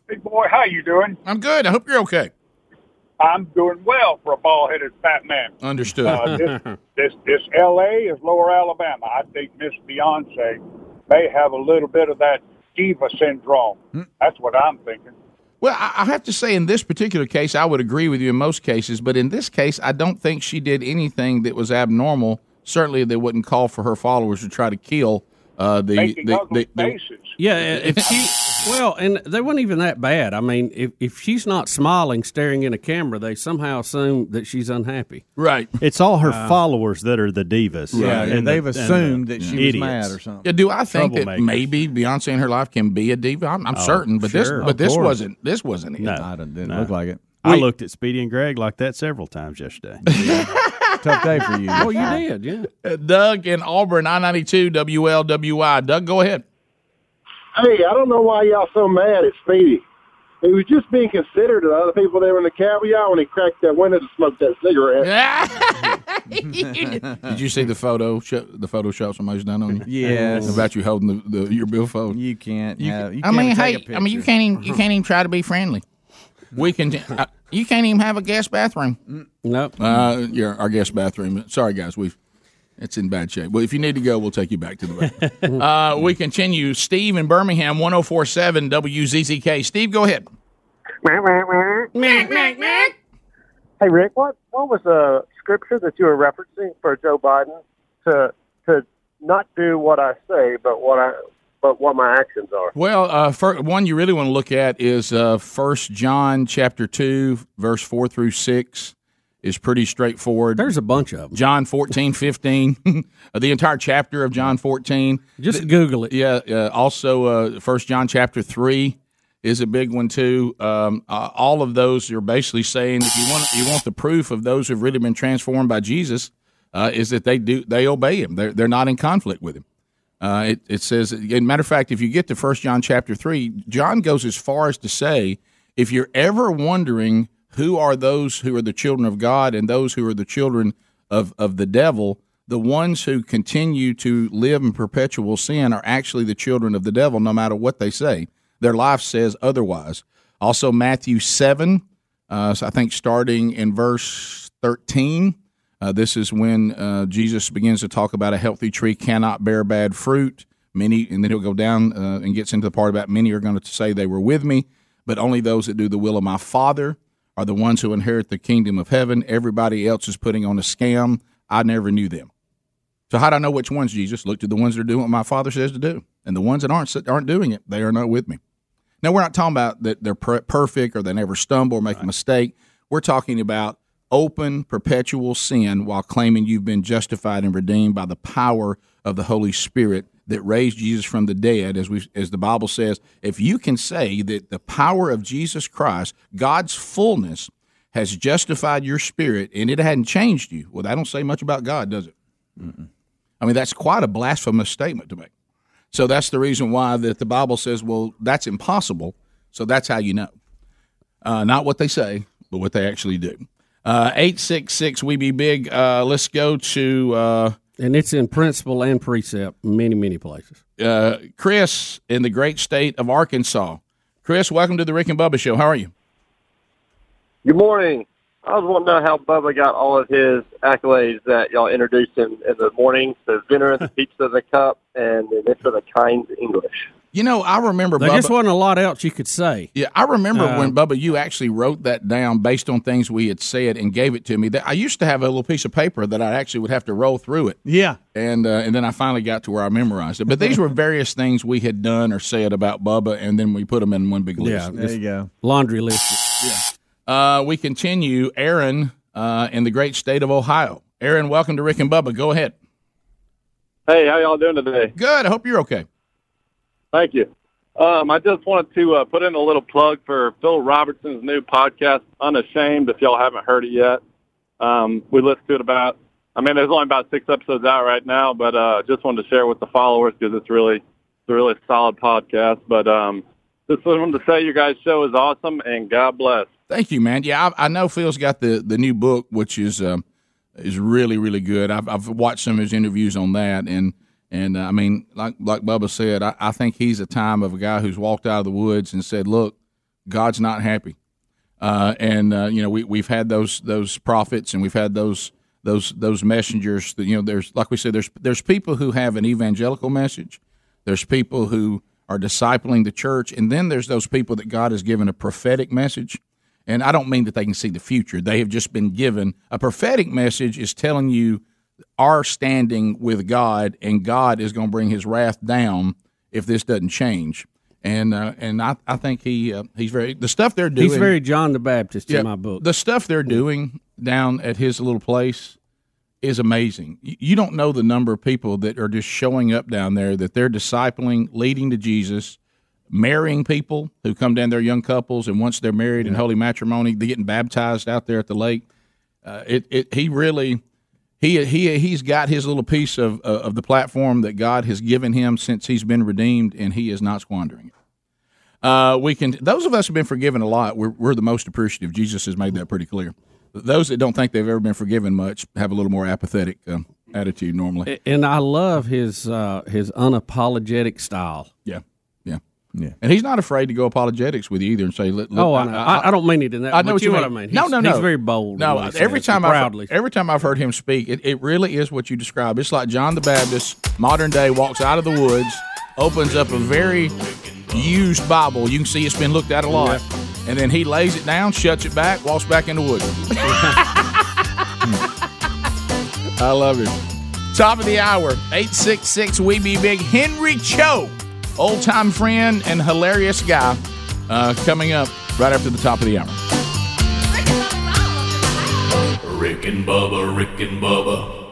Speaker 21: Hey boy, how you doing?
Speaker 16: I'm good. I hope you're okay.
Speaker 21: I'm doing well for a bald headed fat man.
Speaker 16: Understood.
Speaker 21: Uh, this, this, this L.A. is lower Alabama. I think Miss Beyonce may have a little bit of that diva syndrome. That's what I'm thinking.
Speaker 16: Well, I I have to say, in this particular case, I would agree with you in most cases, but in this case, I don't think she did anything that was abnormal. Certainly, they wouldn't call for her followers to try to kill uh, the,
Speaker 21: Making
Speaker 16: the,
Speaker 21: ugly
Speaker 16: the, the-
Speaker 17: Yeah, if she well, and they weren't even that bad. I mean, if, if she's not smiling, staring in a camera, they somehow assume that she's unhappy.
Speaker 16: Right.
Speaker 3: It's all her
Speaker 17: Uh,
Speaker 3: followers that are the divas.
Speaker 17: Yeah,
Speaker 3: and
Speaker 17: and
Speaker 3: the-
Speaker 17: they've
Speaker 3: and the
Speaker 17: assumed that she was
Speaker 3: idiots.
Speaker 17: mad or something.
Speaker 16: Yeah, do I think that
Speaker 3: Troublemakers.
Speaker 16: maybe Beyonce in her life can be a diva? I'm, I'm
Speaker 3: Oh,
Speaker 16: certain, but
Speaker 3: sure.
Speaker 16: this but
Speaker 3: Of
Speaker 16: this
Speaker 3: course.
Speaker 16: wasn't this wasn't it.
Speaker 3: No. I didn't- didn't No. look
Speaker 2: like it.
Speaker 3: I
Speaker 2: Wait.
Speaker 3: looked at Speedy and Greg like that several times yesterday.
Speaker 2: Tough day for you.
Speaker 17: Well, you did, yeah.
Speaker 16: Uh, Doug in Auburn, I ninety two WLWI. Doug, go ahead.
Speaker 22: Hey, I don't know why y'all so mad at Speedy. He was just being considerate of the other people that were in the cab with y'all when he cracked that window to smoke that cigarette.
Speaker 16: Did you see the photo sh- the Photoshop somebody's done on you?
Speaker 2: Yes.
Speaker 16: about you holding the, the your billfold.
Speaker 2: You can't. have- you
Speaker 16: I mean,
Speaker 2: can't
Speaker 16: hey,
Speaker 2: take a
Speaker 16: I mean, you
Speaker 2: picture.
Speaker 16: can't even you can't even try to be friendly. We can. uh, you can't even have a guest bathroom.
Speaker 17: Nope.
Speaker 16: Uh, yeah, our guest bathroom. Sorry, guys, we've it's in bad shape. Well, if you need to go, we'll take you back to the bathroom. uh, we continue. Steve in Birmingham, 1047 WZZK. Steve, go ahead.
Speaker 23: Hey Rick, what what was the scripture that you were referencing for Joe Biden to to not do what I say, but what I but what my actions are?
Speaker 16: Well, uh, fir- one you really want to look at is uh, First John chapter two, verse four through six is pretty straightforward. There's
Speaker 17: a bunch of them.
Speaker 16: John 14, 15, the entire chapter of John fourteen.
Speaker 17: Just Google it.
Speaker 16: Yeah. Uh, also, First John chapter three is a big one too. Um, uh, all of those are basically saying if you want you want the proof of those who've really been transformed by Jesus uh, is that they do they obey him. They're they're not in conflict with him. Uh, it, it says, in matter of fact, if you get to First John chapter three, John goes as far as to say, if you're ever wondering who are those who are the children of God and those who are the children of of the devil, the ones who continue to live in perpetual sin are actually the children of the devil, no matter what they say. Their life says otherwise. Also, Matthew seven, uh, so I think starting in verse thirteen. Uh, this is when uh, Jesus begins to talk about a healthy tree cannot bear bad fruit. Many, and then he'll go down uh, and gets into the part about many are going to say they were with me, but only those that do the will of my Father are the ones who inherit the kingdom of heaven. Everybody else is putting on a scam. I never knew them. So how do I know which ones? Jesus looked at the ones that are doing what my Father says to do, and the ones that aren't aren't doing it, they are not with me. Now we're not talking about that they're per- perfect or they never stumble or make a mistake. We're talking about open, perpetual sin while claiming you've been justified and redeemed by the power of the Holy Spirit that raised Jesus from the dead, as we as the Bible says. If you can say that the power of Jesus Christ, God's fullness, has justified your spirit and it hadn't changed you, well, that don't say much about God, does it? I mean, that's quite a blasphemous statement to make. So that's the reason why that the Bible says, well, that's impossible. So that's how you know. Uh, not what they say, but what they actually do. Uh, 866 We Be Big. Uh, let's go to uh,
Speaker 17: And it's in principle and precept, many many places.
Speaker 16: uh, Chris in the great state of Arkansas. Chris, welcome to the Rick and Bubba Show. How are you?
Speaker 22: Good morning. I was wanting to know how Bubba got all of his accolades that y'all introduced him in the morning: the dinner, the pizza, the cup, and the Mr. the kind English.
Speaker 16: You know, I remember.
Speaker 17: There
Speaker 16: Bubba,
Speaker 17: just wasn't a lot else you could say.
Speaker 16: Yeah, I remember
Speaker 17: Um,
Speaker 16: when Bubba, you actually wrote that down based on things we had said and gave it to me. That I used to have a little piece of paper that I actually would have to roll through it.
Speaker 17: Yeah,
Speaker 16: and uh, and then I finally got to where I memorized it. But these were various things we had done or said about Bubba, and then we put them in one big list.
Speaker 17: go. Laundry list.
Speaker 16: Uh, we continue, Aaron, uh, in the great state of Ohio. Aaron, welcome to Rick and Bubba. Go ahead.
Speaker 22: Hey, how y'all doing today?
Speaker 16: Good. I hope you're okay.
Speaker 22: Thank you. Um, I just wanted to uh, put in a little plug for Phil Robertson's new podcast, Unashamed, if y'all haven't heard it yet. Um, we listened to it about, I mean, there's only about six episodes out right now, but uh, just wanted to share with the followers because it's really, it's a really solid podcast. But um, just wanted to say your guys' show is awesome and God bless.
Speaker 16: Thank you, man. Yeah, I, I know Phil's got the the new book, which is um, is really really good. I've, I've watched some of his interviews on that, and and uh, I mean, like like Bubba said, I, I think he's a time of a guy who's walked out of the woods and said, "Look, God's not happy. Uh, and uh, you know we we've had those those prophets and we've had those those those messengers. That, you know, there's like we said, there's there's people who have an evangelical message. There's people who are discipling the church, and then there's those people that God has given a prophetic message. And I don't mean that they can see the future. They have just been given a prophetic message is telling you our standing with God, and God is going to bring His wrath down if this doesn't change. And uh, and I, I think he uh, he's very the stuff they're doing.
Speaker 17: He's very John the Baptist
Speaker 16: Yeah,
Speaker 17: in my book.
Speaker 16: The stuff they're doing down at his little place is amazing. Y- You don't know the number of people that are just showing up down there that they're discipling, leading to Jesus, marrying people who come down there, young couples, and once they're married in holy matrimony, they're getting baptized out there at the lake. Uh, it, it he really he he he's got his little piece of uh, of the platform that God has given him since he's been redeemed, and he is not squandering it. Uh, we can those of us who've been forgiven a lot. We're, we're the most appreciative. Jesus has made that pretty clear. Those that don't think they've ever been forgiven much have a little more apathetic um, attitude normally.
Speaker 17: and I love his uh, his unapologetic style.
Speaker 16: Yeah, yeah, yeah. And he's not afraid to go apologetics with you either and say, "Look, look,
Speaker 17: oh, I, know. I, I, don't mean it in that.
Speaker 16: I
Speaker 17: but
Speaker 16: know what
Speaker 17: you
Speaker 16: you
Speaker 17: know
Speaker 16: mean.
Speaker 17: what I mean.
Speaker 16: No,
Speaker 17: He's-
Speaker 16: no, no.
Speaker 17: He's very bold. in
Speaker 16: No,
Speaker 17: what he
Speaker 16: every
Speaker 17: says,
Speaker 16: time
Speaker 17: proudly.
Speaker 16: I've every time I've heard him speak, it, it really is what you describe. It's like John the Baptist, modern day, walks out of the woods, opens up a very used Bible. You can see it's been looked at a lot, and then he lays it down, shuts it back, walks back in the woods. Hmm. I love it. Top of the hour, 866 We Be Big. Henry Cho, old time friend and hilarious guy, uh, coming up right after the top of the hour.
Speaker 5: Rick and Bubba, Rick and Bubba.